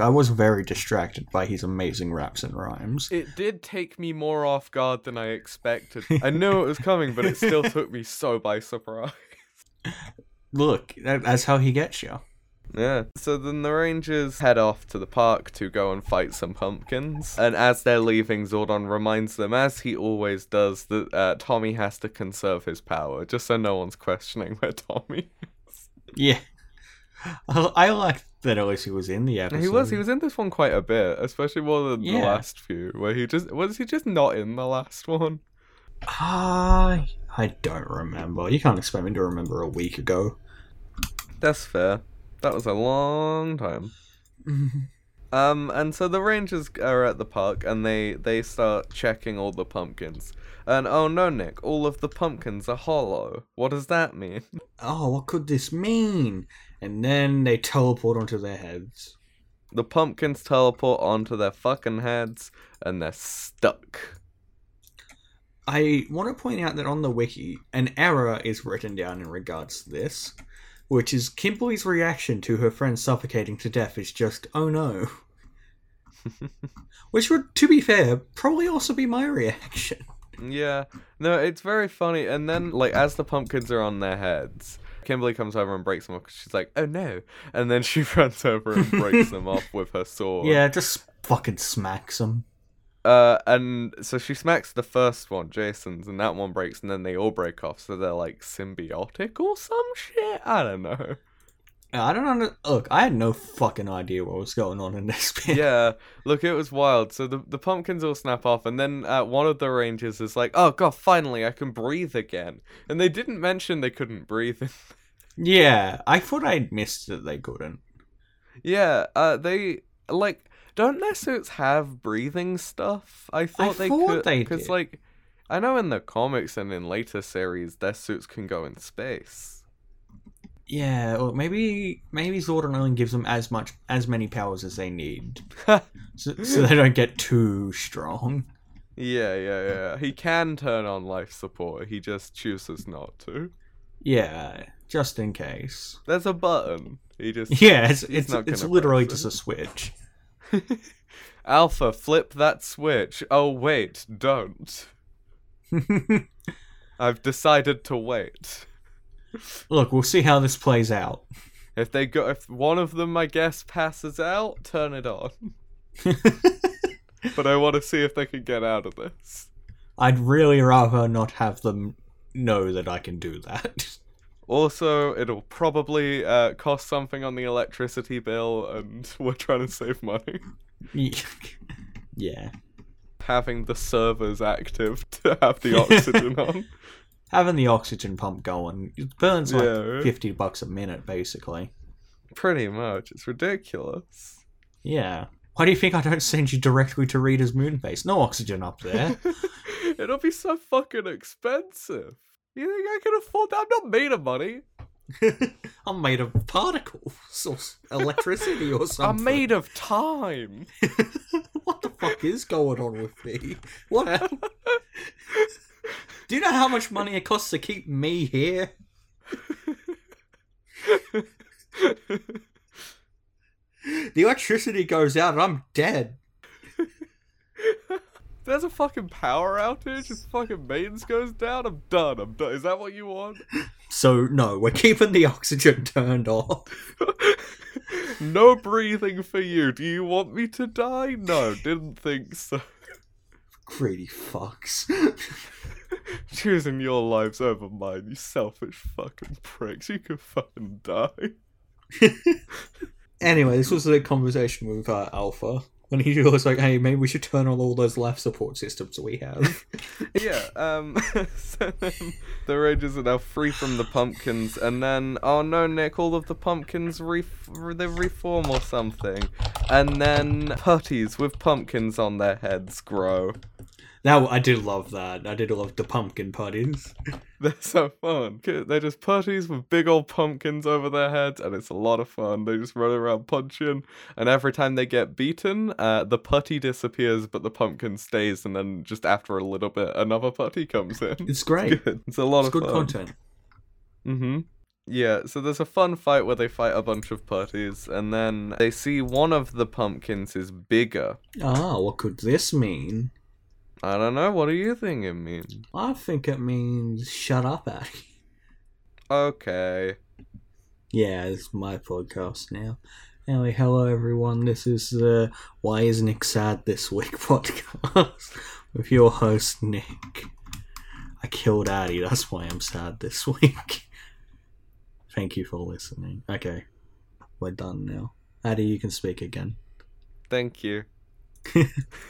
[SPEAKER 3] I was very distracted by his amazing raps and rhymes.
[SPEAKER 2] It did take me more off guard than I expected. I knew it was coming, but it still took me so by surprise.
[SPEAKER 3] Look, that, that's how he gets you.
[SPEAKER 2] Yeah. So then the Rangers head off to the park to go and fight some pumpkins. And as they're leaving, Zordon reminds them, as he always does, that uh, Tommy has to conserve his power, just so no one's questioning where Tommy.
[SPEAKER 3] Yeah. I, I like that at least he was in the episode.
[SPEAKER 2] He was he was in this one quite a bit, especially more than the
[SPEAKER 3] Yeah.
[SPEAKER 2] last few, where he just was he just not in the last one.
[SPEAKER 3] Ah, I don't remember. You can't expect me to remember a week ago.
[SPEAKER 2] That's fair. That was a long time. Um, and so the rangers are at the park and they they start checking all the pumpkins. And oh no, Nick, all of the pumpkins are hollow. What does that mean?
[SPEAKER 3] oh, what could this mean? And then they teleport onto their heads.
[SPEAKER 2] The pumpkins teleport onto their fucking heads and they're stuck.
[SPEAKER 3] I want to point out that on the wiki, an error is written down in regards to this, which is Kimberly's reaction to her friend suffocating to death is just, oh no. which would, to be fair, probably also be my reaction.
[SPEAKER 2] Yeah. No, it's very funny. And then like as the pumpkins are on their heads, Kimberly comes over and breaks them off 'cause she's like, "Oh no!" And then she runs over and breaks them off with her sword.
[SPEAKER 3] Yeah, just fucking smacks them.
[SPEAKER 2] Uh, and so she smacks the first one, Jason's, and that one breaks, and then they all break off. So they're like symbiotic or some shit. I don't know.
[SPEAKER 3] I don't under- Look, I had no fucking idea what was going on in this bit.
[SPEAKER 2] yeah, look, it was wild. So the the pumpkins all snap off, and then uh, one of the rangers is like, "Oh god, finally, I can breathe again." And they didn't mention they couldn't breathe.
[SPEAKER 3] Yeah, I thought I'd missed that they couldn't.
[SPEAKER 2] yeah, uh, they like don't their suits have breathing stuff? I thought they
[SPEAKER 3] thought
[SPEAKER 2] could
[SPEAKER 3] they did.
[SPEAKER 2] like I know in the comics and in later series their suits can go in space.
[SPEAKER 3] Yeah, or maybe maybe Zordon only gives them as much as many powers as they need, so, so they don't get too strong.
[SPEAKER 2] Yeah, yeah, yeah. He can turn on life support. He just chooses not to.
[SPEAKER 3] Yeah, just in case.
[SPEAKER 2] There's a button. He just
[SPEAKER 3] Yeah, it's
[SPEAKER 2] he's
[SPEAKER 3] it's,
[SPEAKER 2] not
[SPEAKER 3] it's
[SPEAKER 2] gonna
[SPEAKER 3] literally
[SPEAKER 2] press
[SPEAKER 3] just a switch.
[SPEAKER 2] Alpha, flip that switch. Oh wait, don't. I've decided to wait.
[SPEAKER 3] Look, we'll see how this plays out.
[SPEAKER 2] If they go, if one of them, I guess, passes out, turn it on. but I want to see if they can get out of this.
[SPEAKER 3] I'd really rather not have them know that I can do that.
[SPEAKER 2] Also, it'll probably uh, cost something on the electricity bill, and we're trying to save money.
[SPEAKER 3] yeah,
[SPEAKER 2] Having the servers active to have the oxygen on.
[SPEAKER 3] having the oxygen pump going it burns like
[SPEAKER 2] Yeah.
[SPEAKER 3] fifty bucks a minute, basically.
[SPEAKER 2] Pretty much. It's ridiculous.
[SPEAKER 3] Yeah. Why do you think I don't send you directly to Reader's Moonbase? No oxygen up there.
[SPEAKER 2] It'll be so fucking expensive. You think I can afford that? I'm not made of money.
[SPEAKER 3] I'm made of particles or s- electricity or something.
[SPEAKER 2] I'm made of time.
[SPEAKER 3] What the fuck is going on with me? What? hap- do you know how much money it costs to keep me here? The electricity goes out and I'm dead.
[SPEAKER 2] There's a fucking power outage. If fucking mains goes down, I'm done. I'm done. Is that what you want?
[SPEAKER 3] So no, we're keeping the oxygen turned off.
[SPEAKER 2] no breathing for you. Do you want me to die? No, didn't think so.
[SPEAKER 3] Greedy fucks.
[SPEAKER 2] Choosing your lives over mine, you selfish fucking pricks. You can fucking die.
[SPEAKER 3] anyway, this was the conversation with uh, Alpha. When he was like, hey, maybe we should turn on all those life support systems we have.
[SPEAKER 2] yeah, um, so then the rangers are now free from the pumpkins, and then oh no, Nick, all of the pumpkins re- they reform or something, and then putties with pumpkins on their heads grow.
[SPEAKER 3] Now I did love that. I did love the pumpkin putties.
[SPEAKER 2] They're so fun. They're just putties with big old pumpkins over their heads, and it's a lot of fun. They just run around punching, and every time they get beaten, uh, the putty disappears, but the pumpkin stays, and then just after a little bit, another putty comes in.
[SPEAKER 3] It's great.
[SPEAKER 2] Good. It's a
[SPEAKER 3] It's
[SPEAKER 2] lot of
[SPEAKER 3] good
[SPEAKER 2] fun.
[SPEAKER 3] content.
[SPEAKER 2] Mm-hmm. Yeah, so there's a fun fight where they fight a bunch of putties, and then they see one of the pumpkins is bigger.
[SPEAKER 3] Ah, what could this mean?
[SPEAKER 2] I don't know, what do you think it means?
[SPEAKER 3] I think it means shut up, Addy.
[SPEAKER 2] Okay.
[SPEAKER 3] Yeah, it's my podcast now. Anyway, hello everyone. This is the Why Is Nick Sad This Week podcast with your host Nick. I killed Addy. That's why I'm sad this week. Thank you for listening. Okay, we're done now. Addy, you can speak again.
[SPEAKER 2] Thank you.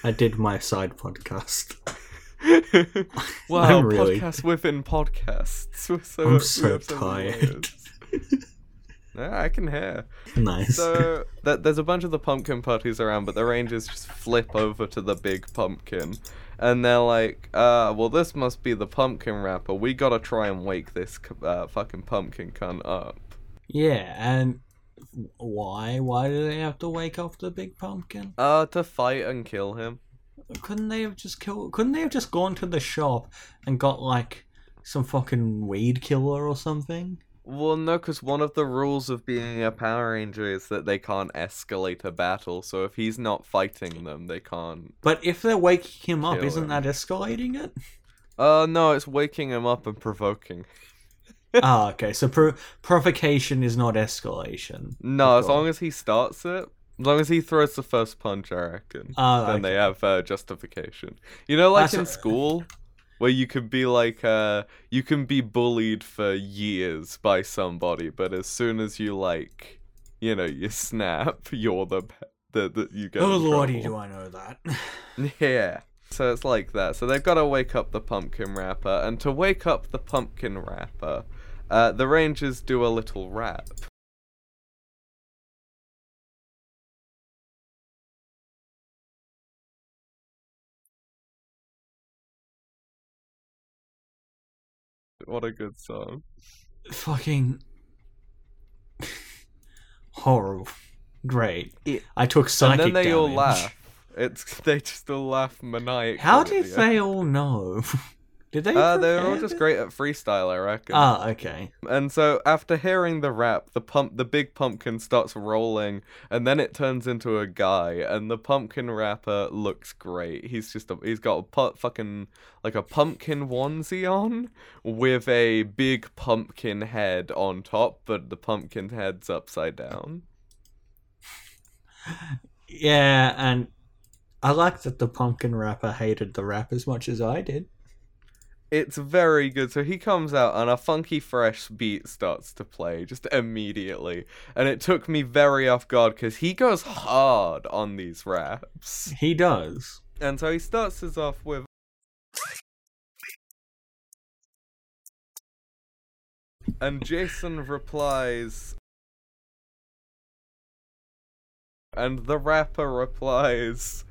[SPEAKER 3] I did my side podcast.
[SPEAKER 2] wow,
[SPEAKER 3] really-
[SPEAKER 2] podcasts within podcasts. We're so,
[SPEAKER 3] I'm
[SPEAKER 2] we
[SPEAKER 3] so
[SPEAKER 2] have many
[SPEAKER 3] tired.
[SPEAKER 2] layers. yeah, I can hear.
[SPEAKER 3] nice.
[SPEAKER 2] So th- there's a bunch of the pumpkin parties around, but the rangers just flip over to the big pumpkin, and they're like, "Uh, well, this must be the pumpkin wrapper. We gotta try and wake this c- uh, fucking pumpkin cunt up."
[SPEAKER 3] yeah, and why? Why do they have to wake up the big pumpkin?
[SPEAKER 2] Uh, to fight and kill him.
[SPEAKER 3] Couldn't they have just killed? Couldn't they have just gone to the shop and got like some fucking weed killer or something?
[SPEAKER 2] Well, no, because one of the rules of being a Power Ranger is that they can't escalate a battle. So if he's not fighting them, they can't.
[SPEAKER 3] But if they're waking him up,
[SPEAKER 2] Kill
[SPEAKER 3] isn't
[SPEAKER 2] him.
[SPEAKER 3] that escalating it?
[SPEAKER 2] Uh, no, it's waking him up and provoking.
[SPEAKER 3] ah, okay. So pro- provocation is not escalation.
[SPEAKER 2] No,
[SPEAKER 3] Of
[SPEAKER 2] as long as he starts it, as long as he throws the first punch, I reckon.
[SPEAKER 3] Ah,
[SPEAKER 2] then
[SPEAKER 3] okay.
[SPEAKER 2] they have uh, justification. You know, like
[SPEAKER 3] That's
[SPEAKER 2] in
[SPEAKER 3] a-
[SPEAKER 2] school, where you could be like, uh, you can be bullied for years by somebody, but as soon as you like, you know, you snap, you're the pe- the, the you get.
[SPEAKER 3] Oh
[SPEAKER 2] in
[SPEAKER 3] lordy, do
[SPEAKER 2] trouble.
[SPEAKER 3] I know that?
[SPEAKER 2] Yeah. So it's like that. So they've got to wake up the pumpkin wrapper, and to wake up the pumpkin wrapper, uh, the Rangers do a little rap. What a good song.
[SPEAKER 3] Fucking horrible. Great.
[SPEAKER 2] It-
[SPEAKER 3] I took psychic
[SPEAKER 2] and then they all
[SPEAKER 3] damage.
[SPEAKER 2] laugh. It's they just all laugh maniacally.
[SPEAKER 3] How
[SPEAKER 2] at
[SPEAKER 3] did
[SPEAKER 2] the end.
[SPEAKER 3] they all know? did they?
[SPEAKER 2] Uh, they're all
[SPEAKER 3] prepare
[SPEAKER 2] just
[SPEAKER 3] this?
[SPEAKER 2] great at freestyle, I reckon.
[SPEAKER 3] Ah, okay.
[SPEAKER 2] And so after hearing the rap, the pump the big pumpkin starts rolling and then it turns into a guy and the pumpkin rapper looks great. He's just a, he's got a pu- fucking like a pumpkin onesie on with a big pumpkin head on top, but the pumpkin head's upside down.
[SPEAKER 3] Yeah, and I like that the pumpkin rapper hated the rap as much as I did.
[SPEAKER 2] It's very good. So he comes out and a funky fresh beat starts to play just immediately. And it took me very off guard cuz he goes hard on these raps.
[SPEAKER 3] He does.
[SPEAKER 2] And so he starts us off with And Jason replies And the rapper replies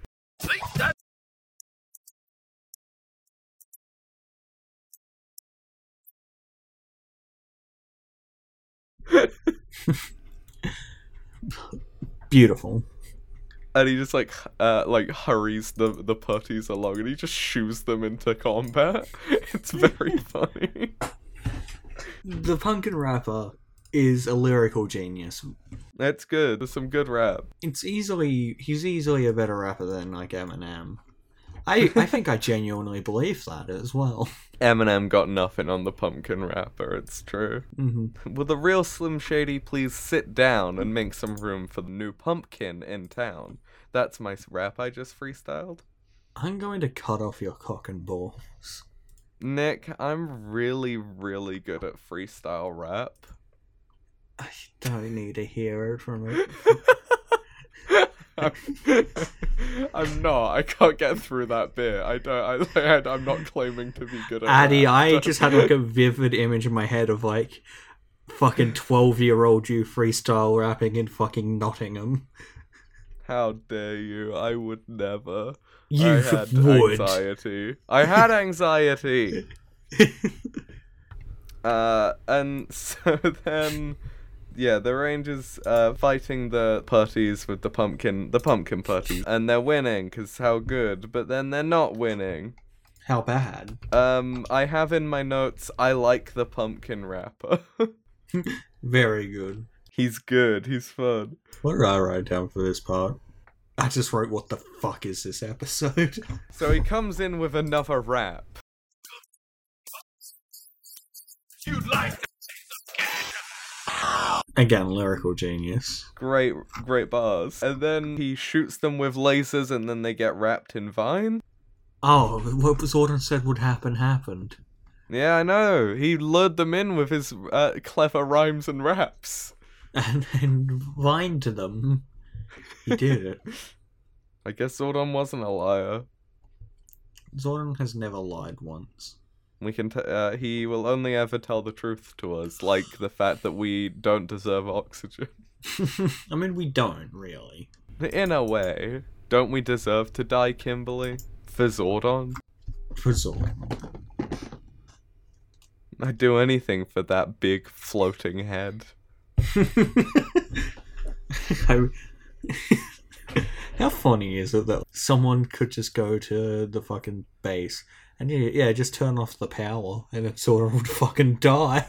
[SPEAKER 3] Beautiful.
[SPEAKER 2] and he just like h- uh like hurries the the putties along and he just shoos them into combat. It's very funny.
[SPEAKER 3] The pumpkin rapper is a lyrical genius.
[SPEAKER 2] That's good. There's some good rap.
[SPEAKER 3] It's easily he's easily a better rapper than like Eminem. I I think I genuinely believe that as well.
[SPEAKER 2] Eminem got nothing on the pumpkin rapper, it's true.
[SPEAKER 3] hmm
[SPEAKER 2] Will the real Slim Shady please sit down and make some room for the new pumpkin in town? That's my s- rap I just freestyled.
[SPEAKER 3] I'm going to cut off your cock and balls.
[SPEAKER 2] Nick, I'm really, really good at freestyle rap.
[SPEAKER 3] I don't need to hear it from it.
[SPEAKER 2] I'm, I'm not. I can't get through that bit. I don't. I, I, I'm not claiming to be good at.
[SPEAKER 3] Addy,
[SPEAKER 2] rap,
[SPEAKER 3] I
[SPEAKER 2] so-
[SPEAKER 3] just had like a vivid image in my head of like fucking 12 year old you freestyle rapping in fucking Nottingham.
[SPEAKER 2] How dare you? I would never.
[SPEAKER 3] You
[SPEAKER 2] I had
[SPEAKER 3] would.
[SPEAKER 2] anxiety. I had anxiety. uh, and so then, yeah, the Rangers uh, fighting the parties with the pumpkin, the pumpkin parties, and they're winning because how good. But then they're not winning.
[SPEAKER 3] How bad?
[SPEAKER 2] Um, I have in my notes. I like the pumpkin rapper.
[SPEAKER 3] Very good.
[SPEAKER 2] He's good. He's fun.
[SPEAKER 3] What did I write down for this part? I just wrote, what the fuck is this episode?
[SPEAKER 2] So he comes in with another rap.
[SPEAKER 3] Again, lyrical genius.
[SPEAKER 2] Great, great bars. And then he shoots them with lasers, and then they get wrapped in vine.
[SPEAKER 3] Oh, what Zordon said would happen happened.
[SPEAKER 2] Yeah, I know. He lured them in with his uh, clever rhymes and raps.
[SPEAKER 3] And then lied to them. He did it.
[SPEAKER 2] I guess Zordon wasn't a liar.
[SPEAKER 3] Zordon has never lied once.
[SPEAKER 2] We can. T- uh, he will only ever tell the truth to us, like the fact that we don't deserve oxygen.
[SPEAKER 3] I mean, we don't really.
[SPEAKER 2] In a way, don't we deserve to die, Kimberly? For Zordon,
[SPEAKER 3] For Zordon.
[SPEAKER 2] I'd do anything for that big floating head.
[SPEAKER 3] I- How funny is it that someone could just go to the fucking base and yeah, yeah just turn off the power and it sort of would fucking die?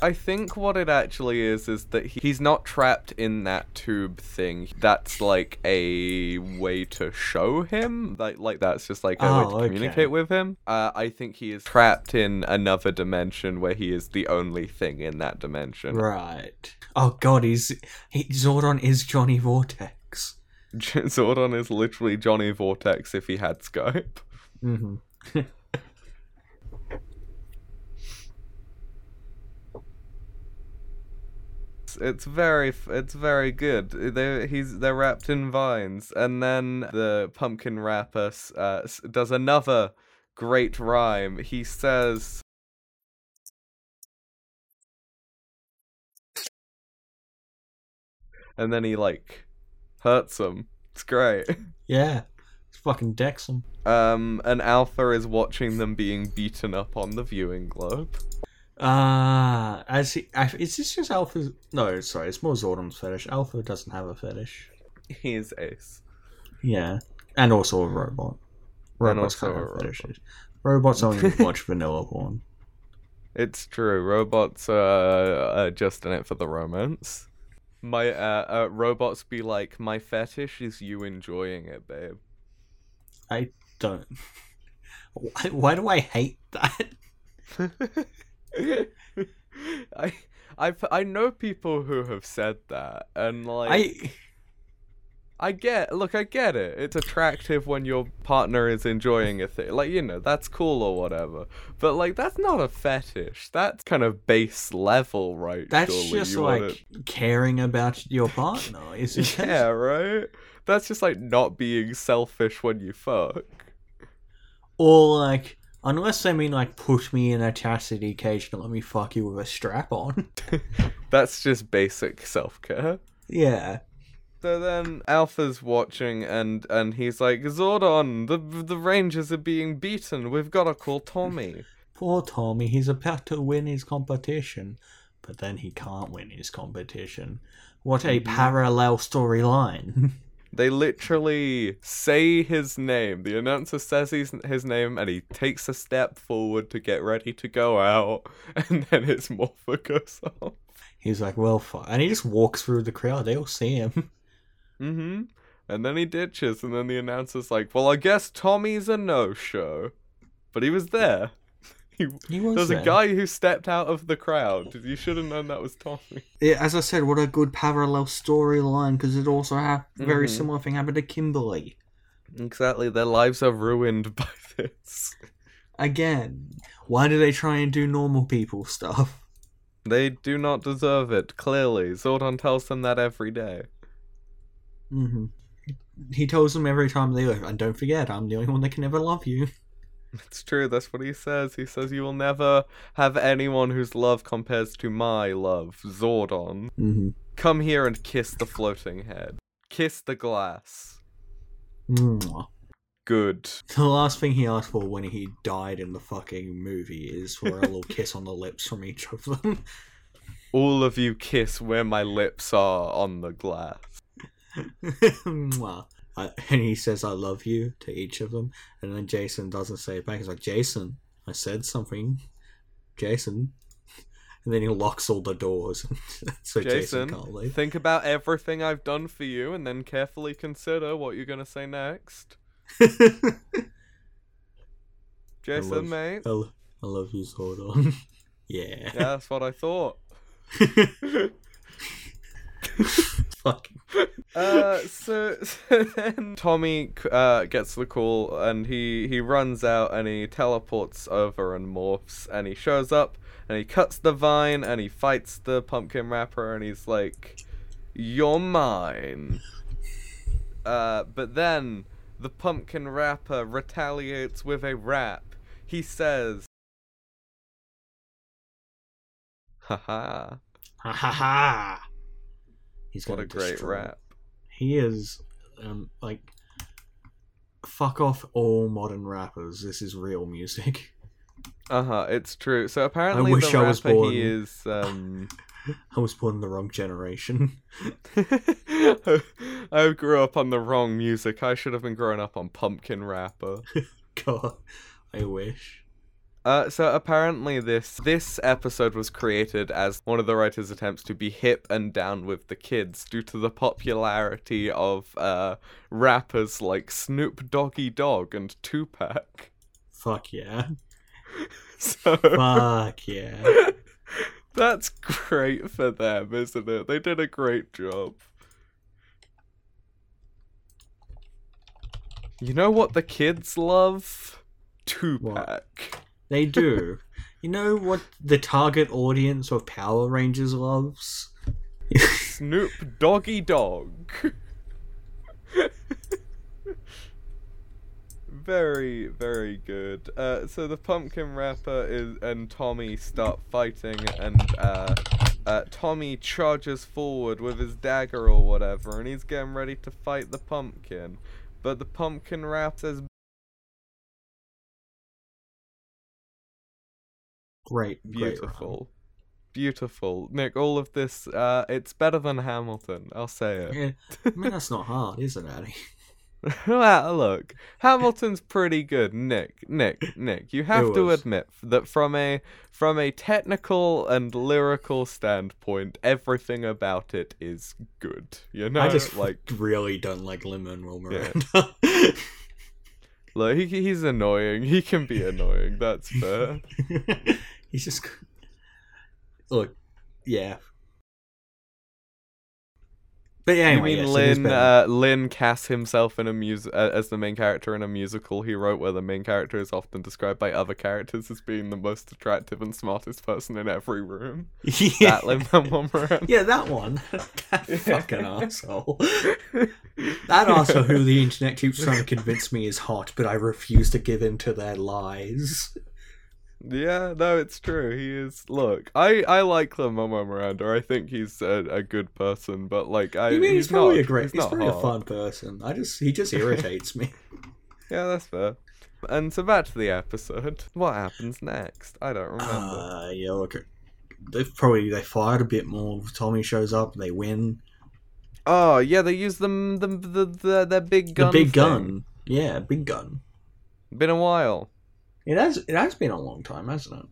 [SPEAKER 2] I think what it actually is is that he- he's not trapped in that tube thing. That's like a way to show him. Like, like that's just like a way to
[SPEAKER 3] Oh, okay.
[SPEAKER 2] communicate with him. Uh, I think he is trapped in another dimension where he is the only thing in that dimension.
[SPEAKER 3] Right. Oh god, he's he, Zordon is Johnny Vortex.
[SPEAKER 2] Zordon is literally Johnny Vortex if he had Skype.
[SPEAKER 3] Mm-hmm.
[SPEAKER 2] It's, it's very, f- it's very good. They he's they're wrapped in vines, and then the pumpkin rapper s- uh, s- does another great rhyme. He says. And then he like hurts him. It's great.
[SPEAKER 3] Yeah, it's fucking decks him.
[SPEAKER 2] Um, and Alpha is watching them being beaten up on the viewing globe.
[SPEAKER 3] Ah, as he, I, is this just Alpha's? No, sorry, it's more Zordon's fetish. Alpha doesn't have a fetish.
[SPEAKER 2] He is ace.
[SPEAKER 3] Yeah, and also a robot.
[SPEAKER 2] And
[SPEAKER 3] Robots
[SPEAKER 2] also
[SPEAKER 3] can't
[SPEAKER 2] a
[SPEAKER 3] have fetishes. Robots only watch vanilla porn.
[SPEAKER 2] It's true. Robots are, are just in it for the romance. My uh, uh, robots be like, my fetish is you enjoying it, babe.
[SPEAKER 3] Don't. Why, why do I hate that?
[SPEAKER 2] I, I, I know people who have said that, and like,
[SPEAKER 3] I
[SPEAKER 2] I get, look, I get it. It's attractive when your partner is enjoying a thing. Like, you know, that's cool or whatever. But, like, that's not a fetish. That's kind of base level, right?
[SPEAKER 3] that's
[SPEAKER 2] surely?
[SPEAKER 3] just
[SPEAKER 2] You wanna-
[SPEAKER 3] like caring about your partner. Is it?
[SPEAKER 2] Yeah, right? That's just like not being selfish when you fuck.
[SPEAKER 3] Or like, unless they mean like, put me in a chastity cage and let me fuck you with a strap on.
[SPEAKER 2] That's just basic self care.
[SPEAKER 3] yeah.
[SPEAKER 2] So then Alpha's watching and and he's like, Zordon, the the Rangers are being beaten. We've gotta call Tommy.
[SPEAKER 3] Poor Tommy, he's about to win his competition, but then he can't win his competition. What a parallel storyline.
[SPEAKER 2] They literally say his name. The announcer says his, his name, and he takes a step forward to get ready to go out, and then his morpher goes off.
[SPEAKER 3] He's like, well, fuck. And he just walks through the crowd. They all see him.
[SPEAKER 2] Mm-hmm. And then he ditches, and then the announcer's like, "Well, I guess Tommy's a no-show," but he was there. He
[SPEAKER 3] He was
[SPEAKER 2] there's a
[SPEAKER 3] there.
[SPEAKER 2] guy who stepped out of the crowd. You should have known that was Tommy.
[SPEAKER 3] Yeah, as I said, what a good parallel storyline because it also ha- very
[SPEAKER 2] Mhm.
[SPEAKER 3] similar thing happened to Kimberly.
[SPEAKER 2] Exactly. Their lives are ruined by this.
[SPEAKER 3] Again, why do they try and do normal people stuff?
[SPEAKER 2] They do not deserve it. Clearly, Zordon tells them that every day.
[SPEAKER 3] hmm He tells them every time they leave, and don't forget, I'm the only one that can ever love you.
[SPEAKER 2] It's true. That's what he says. He says, "You will never have anyone whose love compares to my love, Zordon."
[SPEAKER 3] Mm-hmm.
[SPEAKER 2] Come here and kiss the floating head. Kiss the glass. Good.
[SPEAKER 3] The last thing he asked for when he died in the fucking movie is for a little kiss on the lips from each of them.
[SPEAKER 2] All of you kiss where my lips are on the glass.
[SPEAKER 3] Mwah. I, and he says, I love you to each of them. And then Jason doesn't say it back. He's like, Jason, I said something. Jason. And then he locks all the doors. so Jason,
[SPEAKER 2] Jason,
[SPEAKER 3] can't leave.
[SPEAKER 2] think about everything I've done for you and then carefully consider what you're going to say next. Jason,
[SPEAKER 3] love-
[SPEAKER 2] mate.
[SPEAKER 3] I, lo- I love you, Zordon. yeah.
[SPEAKER 2] Yeah, that's what I thought.
[SPEAKER 3] Fuck.
[SPEAKER 2] Uh, so, so then Tommy uh, gets the call and he, he runs out and he teleports over and morphs and he shows up and he cuts the vine and he fights the pumpkin wrapper and he's like, You're mine. Uh, but then The pumpkin rapper retaliates with a rap. He says, Haha,
[SPEAKER 3] Ha ha ha! He's
[SPEAKER 2] what
[SPEAKER 3] gonna
[SPEAKER 2] a great
[SPEAKER 3] destroy
[SPEAKER 2] rap.
[SPEAKER 3] He is um, like fuck off all modern rappers. This is real music.
[SPEAKER 2] Uh huh, it's true. So apparently,
[SPEAKER 3] wish
[SPEAKER 2] the
[SPEAKER 3] I
[SPEAKER 2] rapper
[SPEAKER 3] was born.
[SPEAKER 2] he is. Um,
[SPEAKER 3] I was born in the wrong generation.
[SPEAKER 2] I grew up on the wrong music. I should have been growing up on pumpkin rapper.
[SPEAKER 3] God, I wish.
[SPEAKER 2] Uh, so apparently this this episode was created as one of the writers' attempts to be hip and down with the kids due to the popularity of uh, rappers like Snoop Doggy Dogg and Tupac.
[SPEAKER 3] Fuck yeah.
[SPEAKER 2] So
[SPEAKER 3] Fuck yeah.
[SPEAKER 2] that's great for them, isn't it? They did a great job. You know what the kids love? Tupac.
[SPEAKER 3] They do. You know what the target audience of Power Rangers loves?
[SPEAKER 2] Snoop Doggy Dog. very, very good. Uh, so the pumpkin rapper is and Tommy start fighting, and uh, uh, Tommy charges forward with his dagger or whatever, and he's getting ready to fight the pumpkin. But the pumpkin rap says,
[SPEAKER 3] Great, great rap.
[SPEAKER 2] "Beautiful, beautiful." Nick, all of this, uh, it's better than Hamilton. I'll say it.
[SPEAKER 3] Yeah, I mean that's not hard, is it, Addy?
[SPEAKER 2] well, uh, look, Hamilton's pretty good, Nick. Nick, Nick, you have to
[SPEAKER 3] was.
[SPEAKER 2] admit that from a from a technical and lyrical standpoint, everything about it is good. You know,
[SPEAKER 3] I just
[SPEAKER 2] like
[SPEAKER 3] like really don't like Lin Manuel
[SPEAKER 2] Yeah.
[SPEAKER 3] Miranda.
[SPEAKER 2] like he, he's annoying. He can be annoying. That's fair.
[SPEAKER 3] He's just look, yeah. But yeah, anyway,
[SPEAKER 2] you mean
[SPEAKER 3] yeah, so he's
[SPEAKER 2] Lin?
[SPEAKER 3] better.
[SPEAKER 2] uh, Lin casts himself in a mus- uh, as the main character in a musical he wrote, where the main character is often described by other characters as being the most attractive and smartest person in every room.
[SPEAKER 3] yeah.
[SPEAKER 2] That Lin Manuel Miranda.
[SPEAKER 3] yeah, that one. that fucking asshole. That
[SPEAKER 2] also
[SPEAKER 3] asshole who the internet keeps trying to convince me is hot, but I refuse to give in to their lies.
[SPEAKER 2] Yeah, no, it's true. He is. Look, I I like Lamomo Miranda. I think he's a, a good person, but like I
[SPEAKER 3] I mean, he's,
[SPEAKER 2] he's
[SPEAKER 3] probably
[SPEAKER 2] not,
[SPEAKER 3] a great, he's,
[SPEAKER 2] He's, not
[SPEAKER 3] probably a
[SPEAKER 2] hot.
[SPEAKER 3] fun person. I just he just irritates me.
[SPEAKER 2] Yeah, that's fair. And so back to the episode. What happens next? I don't remember.
[SPEAKER 3] Uh, yeah, look, they probably they fired a bit more. Tommy shows up, they win
[SPEAKER 2] oh yeah, they use them the the, the their big gun.
[SPEAKER 3] the big
[SPEAKER 2] thing.
[SPEAKER 3] gun. Yeah, big gun.
[SPEAKER 2] Been a while.
[SPEAKER 3] It has it has been a long time, hasn't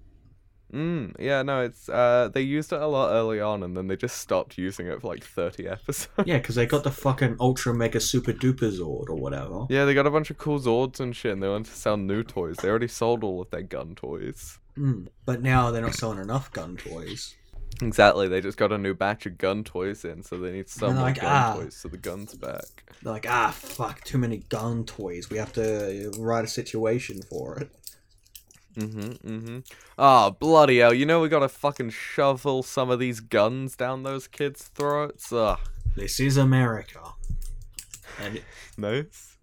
[SPEAKER 3] it?
[SPEAKER 2] Mm, yeah, no, it's uh they used it a lot early on, and then they just stopped using it for like thirty episodes.
[SPEAKER 3] Yeah, because they got the fucking ultra mega super duper zord or whatever.
[SPEAKER 2] Yeah, they got a bunch of cool Zords and shit, and they wanted to sell new toys. They already sold all of their gun toys.
[SPEAKER 3] Mm. But now they're not selling enough gun toys.
[SPEAKER 2] Exactly, they just got a new batch of gun toys in, so they need to sell
[SPEAKER 3] They're
[SPEAKER 2] more
[SPEAKER 3] like,
[SPEAKER 2] gun
[SPEAKER 3] "Ah."
[SPEAKER 2] toys, so the gun's back.
[SPEAKER 3] They're like, ah, fuck, too many gun toys. We have to write a situation for it.
[SPEAKER 2] Mm-hmm, mm-hmm. Ah, bloody hell, you know we gotta fucking shovel some of these guns down those kids' throats? Ugh,
[SPEAKER 3] This is America, and
[SPEAKER 2] nice.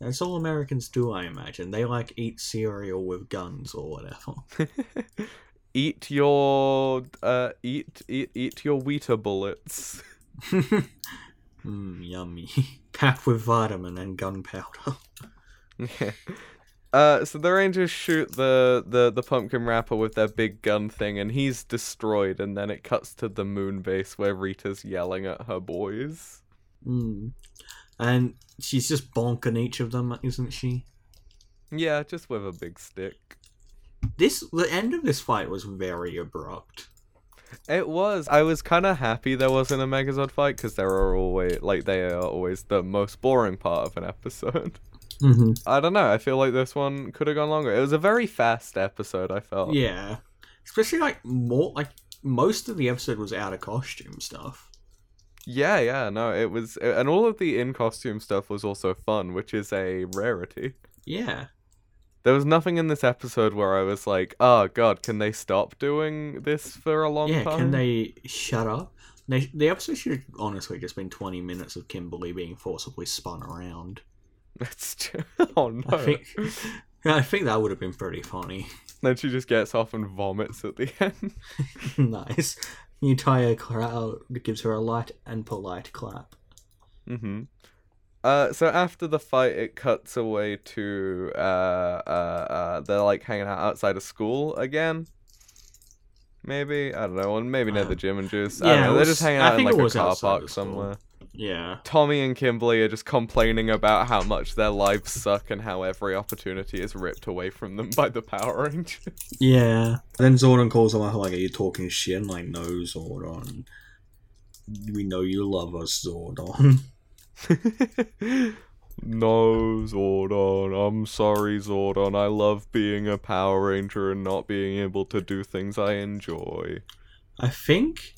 [SPEAKER 3] that's all Americans do, I imagine. They like eat cereal with guns or whatever.
[SPEAKER 2] eat your, uh, eat, eat, eat your Wheater bullets.
[SPEAKER 3] mm, Hmm, yummy. Packed with vitamin and gunpowder.
[SPEAKER 2] Yeah. Uh, so the Rangers shoot the, the, the pumpkin rapper with their big gun thing, and he's destroyed. And then it cuts to the moon base where Rita's yelling at her boys.
[SPEAKER 3] Mm. And she's just bonking each of them, isn't she?
[SPEAKER 2] Yeah, just with a big stick.
[SPEAKER 3] This the end of this fight was very abrupt.
[SPEAKER 2] It was. I was kind of happy there wasn't a Megazord fight because there are always like they are always the most boring part of an episode.
[SPEAKER 3] Mm-hmm.
[SPEAKER 2] I don't know. I feel like this one could have gone longer. It was a very fast episode. I felt.
[SPEAKER 3] Yeah, especially like more like most of the episode was out of costume stuff.
[SPEAKER 2] Yeah, yeah. No, it was, and all of the in costume stuff was also fun, which is a rarity.
[SPEAKER 3] Yeah,
[SPEAKER 2] There was nothing in this episode where I was like, "Oh God, can they stop doing this for a long
[SPEAKER 3] yeah.
[SPEAKER 2] time?"
[SPEAKER 3] Can they shut up? They, the episode should have honestly just been twenty minutes of Kimberly being forcibly spun around.
[SPEAKER 2] That's true. Oh no.
[SPEAKER 3] I think I think that would have been pretty funny.
[SPEAKER 2] Then she just gets off and vomits at the end.
[SPEAKER 3] nice. The entire crowd gives her a light and polite clap.
[SPEAKER 2] Mm-hmm. Uh, so after the fight, it cuts away to uh, uh, uh, they're like hanging out outside of school again. Maybe I don't know, or maybe near
[SPEAKER 3] Uh,
[SPEAKER 2] the gym and juice. I
[SPEAKER 3] yeah,
[SPEAKER 2] don't know.
[SPEAKER 3] it
[SPEAKER 2] They're
[SPEAKER 3] was-
[SPEAKER 2] just hanging
[SPEAKER 3] I
[SPEAKER 2] out in
[SPEAKER 3] think it
[SPEAKER 2] like a
[SPEAKER 3] was
[SPEAKER 2] car
[SPEAKER 3] outside
[SPEAKER 2] park
[SPEAKER 3] of school.
[SPEAKER 2] somewhere.
[SPEAKER 3] Yeah.
[SPEAKER 2] Tommy and Kimberly are just complaining about how much their lives suck and how every opportunity is ripped away from them by the Power Rangers.
[SPEAKER 3] Yeah. Then Zordon calls him out like, "Are you talking shit?" And like, "No, Zordon. We know you love us, Zordon."
[SPEAKER 2] no, Zordon. I'm sorry, Zordon. I love being a Power Ranger and not being able to do things I enjoy.
[SPEAKER 3] I think.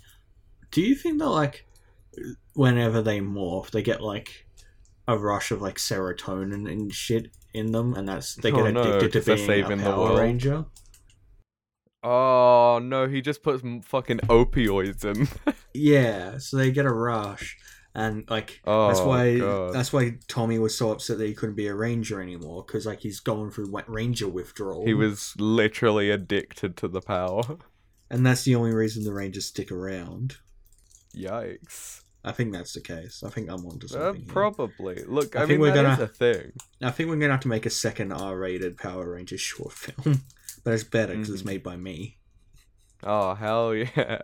[SPEAKER 3] Do you think that like, whenever they morph, they get like a rush of like serotonin and shit in them, and that's they get
[SPEAKER 2] Oh, no,
[SPEAKER 3] addicted to
[SPEAKER 2] 'cause they're
[SPEAKER 3] being
[SPEAKER 2] saving
[SPEAKER 3] a
[SPEAKER 2] the
[SPEAKER 3] Power
[SPEAKER 2] world.
[SPEAKER 3] Ranger?
[SPEAKER 2] Oh, no, he just puts m- fucking opioids in.
[SPEAKER 3] Yeah, so they get a rush, and like
[SPEAKER 2] Oh,
[SPEAKER 3] that's why
[SPEAKER 2] God.
[SPEAKER 3] that's why Tommy was so upset that he couldn't be a ranger anymore because like he's going through wa- ranger withdrawal.
[SPEAKER 2] He was literally addicted to the power.
[SPEAKER 3] and that's the only reason the rangers stick around.
[SPEAKER 2] Yikes.
[SPEAKER 3] I think that's the case. I think I'm onto
[SPEAKER 2] Uh,
[SPEAKER 3] something. here.
[SPEAKER 2] probably. Look, I,
[SPEAKER 3] I
[SPEAKER 2] mean,
[SPEAKER 3] think we're
[SPEAKER 2] that is
[SPEAKER 3] gonna-
[SPEAKER 2] a thing.
[SPEAKER 3] I think we're gonna have to make a second R-rated Power Rangers short film, but it's better because it's
[SPEAKER 2] Mhm.
[SPEAKER 3] made by me.
[SPEAKER 2] Oh hell yeah!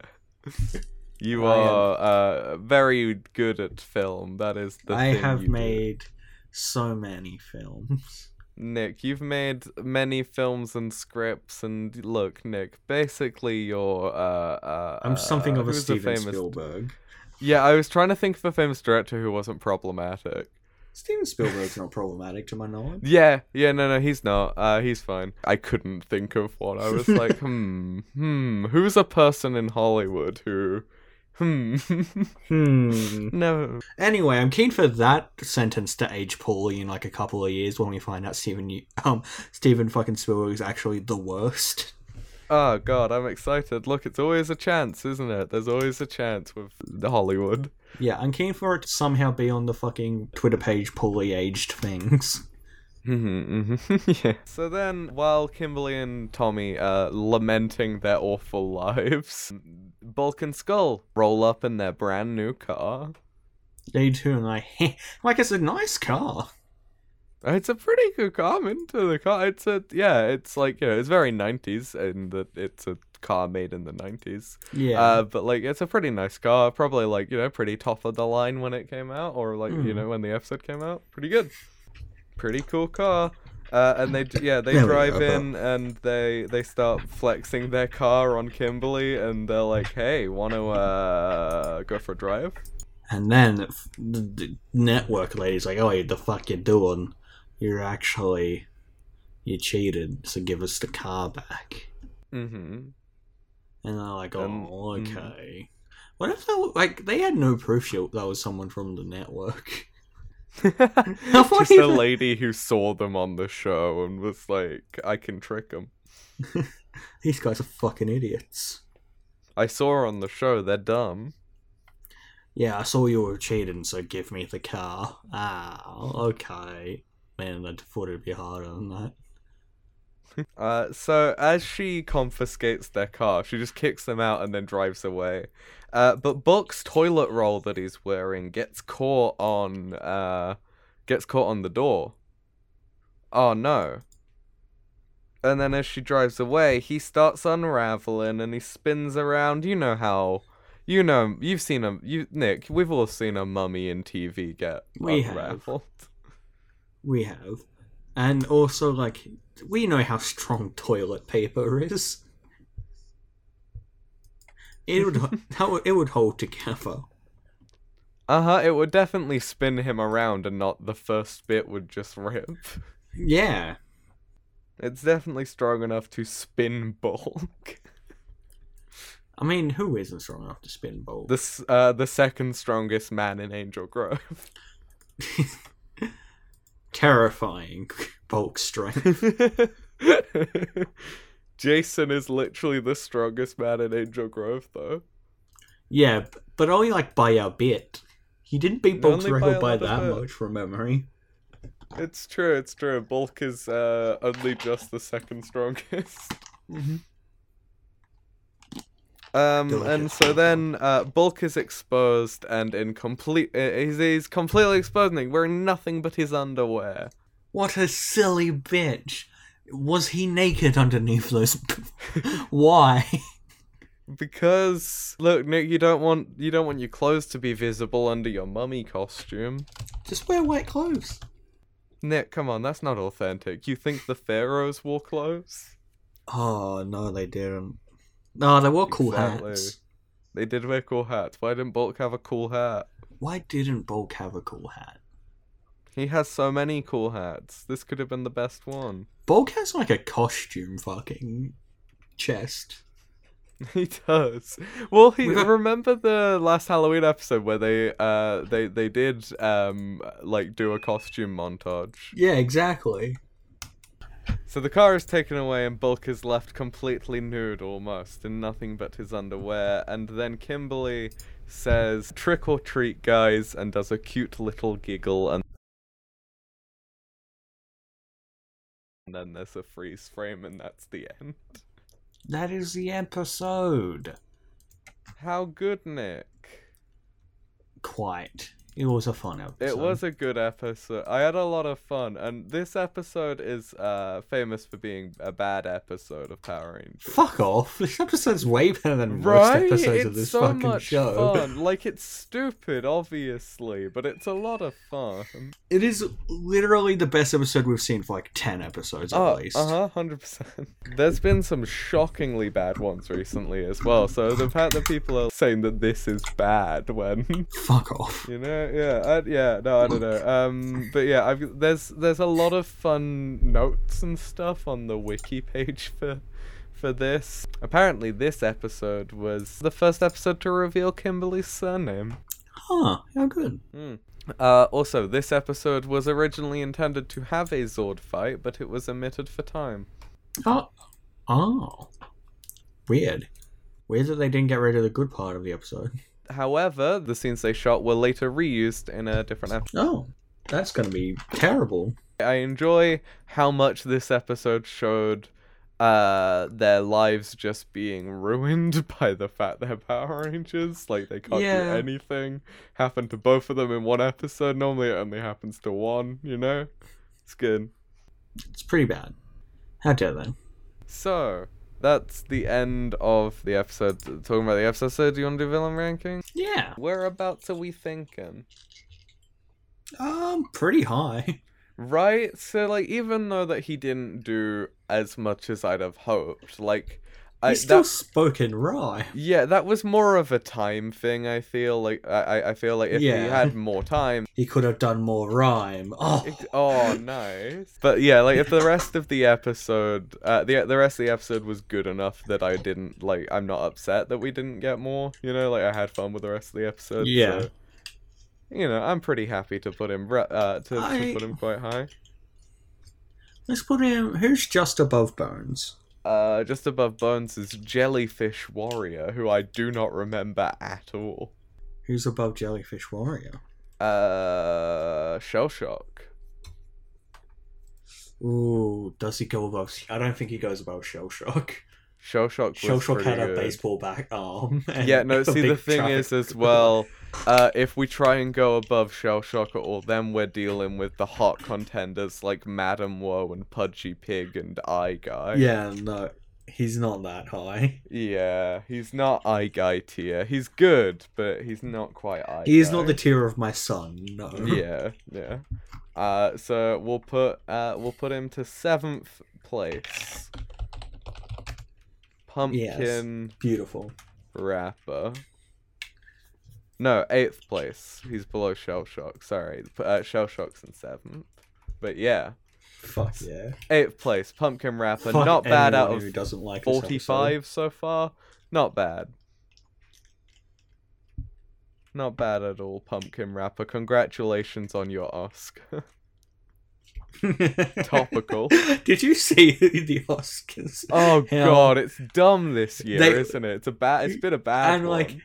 [SPEAKER 2] You
[SPEAKER 3] I am-
[SPEAKER 2] are uh, very good at film. That is the.
[SPEAKER 3] I
[SPEAKER 2] thing
[SPEAKER 3] have
[SPEAKER 2] you do.
[SPEAKER 3] made so many films.
[SPEAKER 2] Nick. You've made many films and scripts, and look, Nick. Basically, you're. Uh, uh,
[SPEAKER 3] I'm something
[SPEAKER 2] uh,
[SPEAKER 3] of a
[SPEAKER 2] who's the
[SPEAKER 3] Steven
[SPEAKER 2] famous...
[SPEAKER 3] Spielberg.
[SPEAKER 2] Yeah, I was trying to think of a famous director who wasn't problematic.
[SPEAKER 3] Steven Spielberg's not problematic to my knowledge.
[SPEAKER 2] Yeah, yeah, no, no, he's not. Uh, he's fine. I couldn't think of one. I was like, hmm, hmm. Who's a person in Hollywood who, hmm,
[SPEAKER 3] Hmm.
[SPEAKER 2] no.
[SPEAKER 3] Anyway, I'm keen for that sentence to age poorly in like a couple of years when we find out Steven um Steven fucking Spielberg is actually the worst.
[SPEAKER 2] Oh god, I'm excited. Look, it's always a chance, isn't it? There's always a chance with the Hollywood.
[SPEAKER 3] Yeah, I'm keen for it to somehow be on the fucking Twitter page poorly aged things.
[SPEAKER 2] Mhm, mhm, yeah. So then, while Kimberly and Tommy are lamenting their awful lives, Bulk and Skull roll up in their brand new car.
[SPEAKER 3] They too, and I like it's a nice car.
[SPEAKER 2] It's a pretty good car. I'm into the car. It's a yeah. It's like you know, it's very 90s in that it's a car made in the 90s.
[SPEAKER 3] Yeah,
[SPEAKER 2] Uh, but like it's a pretty nice car. Probably like you know pretty top of the line when it came out, or like you
[SPEAKER 3] Mm.
[SPEAKER 2] know when the episode came out. Pretty good, pretty cool car. Uh, and they d- yeah they
[SPEAKER 3] There we
[SPEAKER 2] drive
[SPEAKER 3] go.
[SPEAKER 2] in and they they start flexing their car on Kimberly and they're like, hey, want to uh, go for a drive?
[SPEAKER 3] and then the, the network lady's like, "Oh, the fuck you doing? You're actually you cheated, so give us the car back."
[SPEAKER 2] Mm-hmm.
[SPEAKER 3] And they're like, oh,
[SPEAKER 2] Um, mm.
[SPEAKER 3] okay. What if they were- like they had no proof she, that was someone from the network?
[SPEAKER 2] Just
[SPEAKER 3] funny
[SPEAKER 2] a
[SPEAKER 3] is that?
[SPEAKER 2] lady who saw them on the show and was like, I can trick them.
[SPEAKER 3] These guys are fucking idiots.
[SPEAKER 2] I saw her on the show. They're dumb.
[SPEAKER 3] Yeah, I saw you were cheating, so give me the car. Ah, okay. Man, I thought it'd be harder than that.
[SPEAKER 2] Uh, so as she confiscates their car, she just kicks them out and then drives away. Uh, but Buck's toilet roll that he's wearing gets caught on uh, gets caught on the door. Oh no. And then as she drives away, he starts unraveling and he spins around. You know how you know you've seen a you Nick, we've all seen a mummy in TV get
[SPEAKER 3] We have.
[SPEAKER 2] unraveled.
[SPEAKER 3] We have. And also, like, we know how strong toilet paper is. It would, that would it would hold together.
[SPEAKER 2] Uh-huh, it would definitely spin him around and not the first bit would just rip.
[SPEAKER 3] Yeah.
[SPEAKER 2] It's definitely strong enough to spin bulk.
[SPEAKER 3] I mean, who isn't strong enough to spin bowl?
[SPEAKER 2] This uh the second strongest man in Angel Grove.
[SPEAKER 3] terrifying bulk strength.
[SPEAKER 2] Jason is literally the strongest man in Angel Grove though.
[SPEAKER 3] Yeah, b- but only like by a bit. He didn't beat Bulk's
[SPEAKER 2] Only by
[SPEAKER 3] record
[SPEAKER 2] a
[SPEAKER 3] by
[SPEAKER 2] little
[SPEAKER 3] that
[SPEAKER 2] bit.
[SPEAKER 3] much from memory.
[SPEAKER 2] It's true, it's true. Bulk is uh, only just the second strongest. Um, and
[SPEAKER 4] Delicate.
[SPEAKER 2] so then uh, Bulk is exposed and in complete. uh, He's, he's completely exposed, and he's wearing nothing but his underwear.
[SPEAKER 3] What a silly bitch. Was he naked underneath those? Why?
[SPEAKER 2] Because look, Nick, you don't want you don't want your clothes to be visible under your mummy costume.
[SPEAKER 3] Just wear white clothes.
[SPEAKER 2] Nick, come on, that's not authentic. You think the pharaohs wore clothes?
[SPEAKER 4] Oh no, they didn't.
[SPEAKER 3] No, they wore cool
[SPEAKER 2] Exactly.
[SPEAKER 3] hats.
[SPEAKER 2] They did wear cool hats. Why didn't Bulk have a cool hat?
[SPEAKER 3] Why didn't Bulk have a cool hat?
[SPEAKER 2] He has so many cool hats. This could have been the best one.
[SPEAKER 3] Bulk has like a costume fucking chest.
[SPEAKER 2] He does. Well, he
[SPEAKER 3] We've got-
[SPEAKER 2] remember the last Halloween episode where they uh they they did um like do a costume montage.
[SPEAKER 3] Yeah, exactly.
[SPEAKER 2] So the car is taken away and Bulk is left completely nude almost in nothing but his underwear and then Kimberly says trick or treat guys and does a cute little giggle and and then there's a freeze frame and that's the end.
[SPEAKER 3] That is the episode.
[SPEAKER 2] How good Nick.
[SPEAKER 3] Quite. It was a fun episode.
[SPEAKER 2] It was a good episode. I had a lot of fun, and this episode is uh, famous for being a bad episode of Power Rangers.
[SPEAKER 3] Fuck off. This episode's way better than
[SPEAKER 2] Right?
[SPEAKER 3] most episodes
[SPEAKER 2] it's
[SPEAKER 3] of this
[SPEAKER 2] so
[SPEAKER 3] fucking
[SPEAKER 2] much
[SPEAKER 3] show.
[SPEAKER 2] fun. Like it's stupid, obviously, but it's a lot of fun.
[SPEAKER 3] It is literally the best episode we've seen for like 10 episodes at
[SPEAKER 2] Uh
[SPEAKER 3] least.
[SPEAKER 2] huh, hundred percent. There's been some shockingly bad ones recently as well. So the fact that people are saying that this is bad when
[SPEAKER 3] Fuck off.
[SPEAKER 2] You know, yeah, I, yeah, no, I don't know. Um, but yeah, I've, there's there's a lot of fun notes and stuff on the wiki page for for this. Apparently, this episode was the first episode to reveal Kimberly's surname.
[SPEAKER 3] Huh, how good.
[SPEAKER 2] Uh, also, this episode was originally intended to have a Zord fight, but it was omitted for time.
[SPEAKER 3] Oh. Oh. Weird. Weird that they didn't get rid of the good part of the episode.
[SPEAKER 2] However, the scenes they shot were later reused in a different episode.
[SPEAKER 3] Oh. That's gonna be terrible.
[SPEAKER 2] I enjoy how much this episode showed uh their lives just being ruined by the fact they're Power Rangers. Like they can't
[SPEAKER 3] Yeah.
[SPEAKER 2] do anything. Happened to both of them in one episode. Normally it only happens to one, you know? It's good.
[SPEAKER 3] It's pretty bad. How dare they?
[SPEAKER 2] So that's the end of the episode. Talking about the episode, so do you want to do villain ranking?
[SPEAKER 3] Yeah.
[SPEAKER 2] Whereabouts are we thinking?
[SPEAKER 3] Um, pretty high.
[SPEAKER 2] Right? So like even though that he didn't do as much as I'd have hoped, like I,
[SPEAKER 3] He's still
[SPEAKER 2] that-
[SPEAKER 3] spoken right.
[SPEAKER 2] Yeah, that was more of a time thing. I feel like I I- I feel like if he
[SPEAKER 3] Yeah.
[SPEAKER 2] had more time,
[SPEAKER 3] He could have done more rhyme. Oh,
[SPEAKER 2] it, oh nice. But yeah, like if the rest of the episode, uh, the the rest of the episode was good enough that I didn't like. I'm not upset that we didn't get more. You know, like I had fun with the rest of the episode.
[SPEAKER 3] Yeah.
[SPEAKER 2] so, you know, I'm pretty happy to put him re- uh, to, to
[SPEAKER 3] I-
[SPEAKER 2] put him quite high.
[SPEAKER 3] let's put him. Who's just above Bones?
[SPEAKER 2] Uh, just above Bones is Jellyfish Warrior, who I do not remember at all.
[SPEAKER 3] Who's above Jellyfish Warrior?
[SPEAKER 2] Uh, Shell Shock.
[SPEAKER 3] Ooh, does he go above? I don't think he goes above Shell Shock.
[SPEAKER 2] Shell Shock.
[SPEAKER 3] Shell
[SPEAKER 2] was
[SPEAKER 3] Shock had
[SPEAKER 2] pretty
[SPEAKER 3] a
[SPEAKER 2] good.
[SPEAKER 3] baseball back arm. and
[SPEAKER 2] Yeah, no.
[SPEAKER 3] a
[SPEAKER 2] See, the
[SPEAKER 3] big
[SPEAKER 2] thing
[SPEAKER 3] traffic-
[SPEAKER 2] is, as well, uh, if we try and go above Shell Shock at all, then we're dealing with the hot contenders like Madam Woe and Pudgy Pig and Eye Guy.
[SPEAKER 3] Yeah, no, he's not that high.
[SPEAKER 2] Yeah, he's not Eye Guy tier. He's good, but he's not quite Eye.
[SPEAKER 3] He is
[SPEAKER 2] Guy.
[SPEAKER 3] not the tier of my son. No.
[SPEAKER 2] yeah, yeah. Uh, so we'll put uh, we'll put him to seventh place. Pumpkin.
[SPEAKER 3] Beautiful.
[SPEAKER 2] rapper. No, eighth place. He's below Shell Shock. Sorry, P- uh, Shell Shock's in seventh. But yeah,
[SPEAKER 3] Fuck yeah.
[SPEAKER 2] eighth place, Pumpkin Rapper.
[SPEAKER 3] Fuck
[SPEAKER 2] not bad
[SPEAKER 3] anyone
[SPEAKER 2] out
[SPEAKER 3] who
[SPEAKER 2] of
[SPEAKER 3] doesn't like this episode.
[SPEAKER 2] forty-five so far. Not bad. Not bad at all, Pumpkin Rapper. Congratulations on your Oscar. Topical.
[SPEAKER 3] Did you see the Oscars?
[SPEAKER 2] Oh
[SPEAKER 3] Hell.
[SPEAKER 2] god, it's dumb this year,
[SPEAKER 3] They-
[SPEAKER 2] isn't it? It's a bad. It's been a bad.
[SPEAKER 3] and, like,
[SPEAKER 2] one.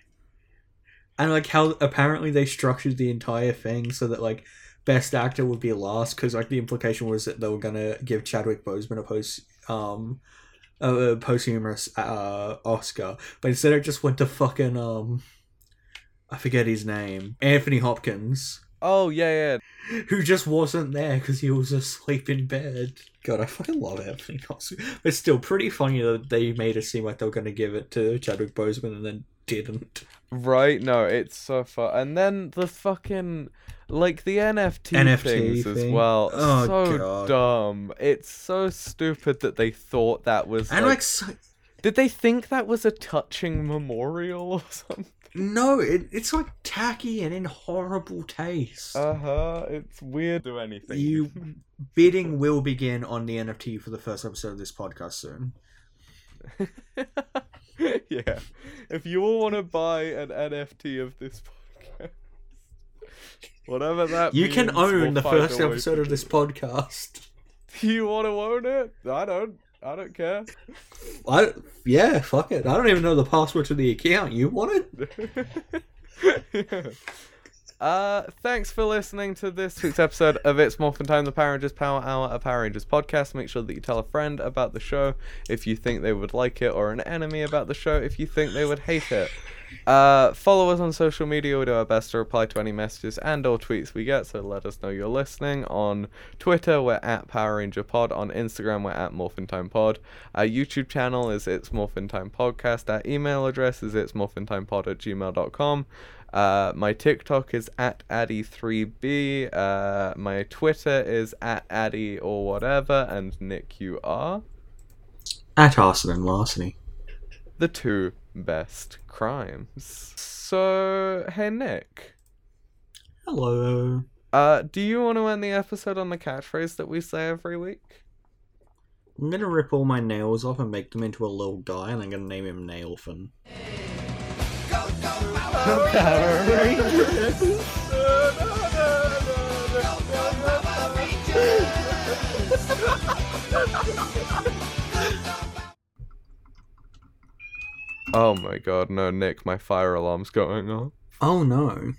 [SPEAKER 3] And like how apparently they structured the entire thing so that like best actor would be last because like the implication was that they were gonna give Chadwick Boseman a post um a posthumous uh Oscar, but instead it just went to fucking um I forget his name Anthony Hopkins
[SPEAKER 2] Oh yeah, yeah.
[SPEAKER 3] who just wasn't there because he was asleep in bed. God, I fucking love Anthony Hopkins. It's still pretty funny that they made it seem like they were gonna give it to Chadwick Boseman and then didn't.
[SPEAKER 2] Right? No, it's so fun. And then the fucking like the NFT,
[SPEAKER 3] NFT
[SPEAKER 2] things as
[SPEAKER 3] thing.
[SPEAKER 2] well.
[SPEAKER 3] Oh,
[SPEAKER 2] so
[SPEAKER 3] God.
[SPEAKER 2] dumb. It's so stupid that they thought that was
[SPEAKER 3] And
[SPEAKER 2] like,
[SPEAKER 3] like so,
[SPEAKER 2] Did they think that was a touching memorial or something?
[SPEAKER 3] no, it, it's like tacky and in horrible taste.
[SPEAKER 2] Uh-huh. It's weird do anything.
[SPEAKER 3] you bidding will begin on the NFT for the first episode of this podcast soon.
[SPEAKER 2] yeah. If you all want to buy an NFT of this podcast, whatever that
[SPEAKER 3] You can
[SPEAKER 2] means,
[SPEAKER 3] own
[SPEAKER 2] we'll
[SPEAKER 3] the
[SPEAKER 2] find a
[SPEAKER 3] first
[SPEAKER 2] way to
[SPEAKER 3] episode of
[SPEAKER 2] do
[SPEAKER 3] this
[SPEAKER 2] it.
[SPEAKER 3] podcast.
[SPEAKER 2] Do you want to own it? I don't. I don't care.
[SPEAKER 3] I yeah, fuck it. I don't even know the password to the account. You want it?
[SPEAKER 2] Uh, thanks for listening to this week's episode of It's Morphin Time, the Power Rangers Power Hour, a Power Rangers podcast. Make sure that you tell a friend about the show if you think they would like it, or an enemy about the show if you think they would hate it. Uh, follow us on social media. We do our best to reply to any messages and or tweets we get, so let us know you're listening. On Twitter, we're at Power Ranger Pod. On Instagram, we're at Morphin Time Pod. Our YouTube channel is It's Morphin Time Podcast. Our email address is It's Morphin Time Pod at gmail.com. Uh, my TikTok is at Addy3B. Uh, my Twitter is at Addy or whatever, and Nick, you are
[SPEAKER 3] At arson and larceny.
[SPEAKER 2] the two best crimes. So, hey, Nick.
[SPEAKER 3] Hello.
[SPEAKER 2] Uh, do you want to end the episode on the catchphrase that we say every week?
[SPEAKER 3] I'm gonna rip all my nails off and make them into a little guy, and I'm gonna name him Nailfin.
[SPEAKER 5] Power Rangers.
[SPEAKER 2] Oh my god, no, Nick, my fire alarm's going off.
[SPEAKER 3] Oh no.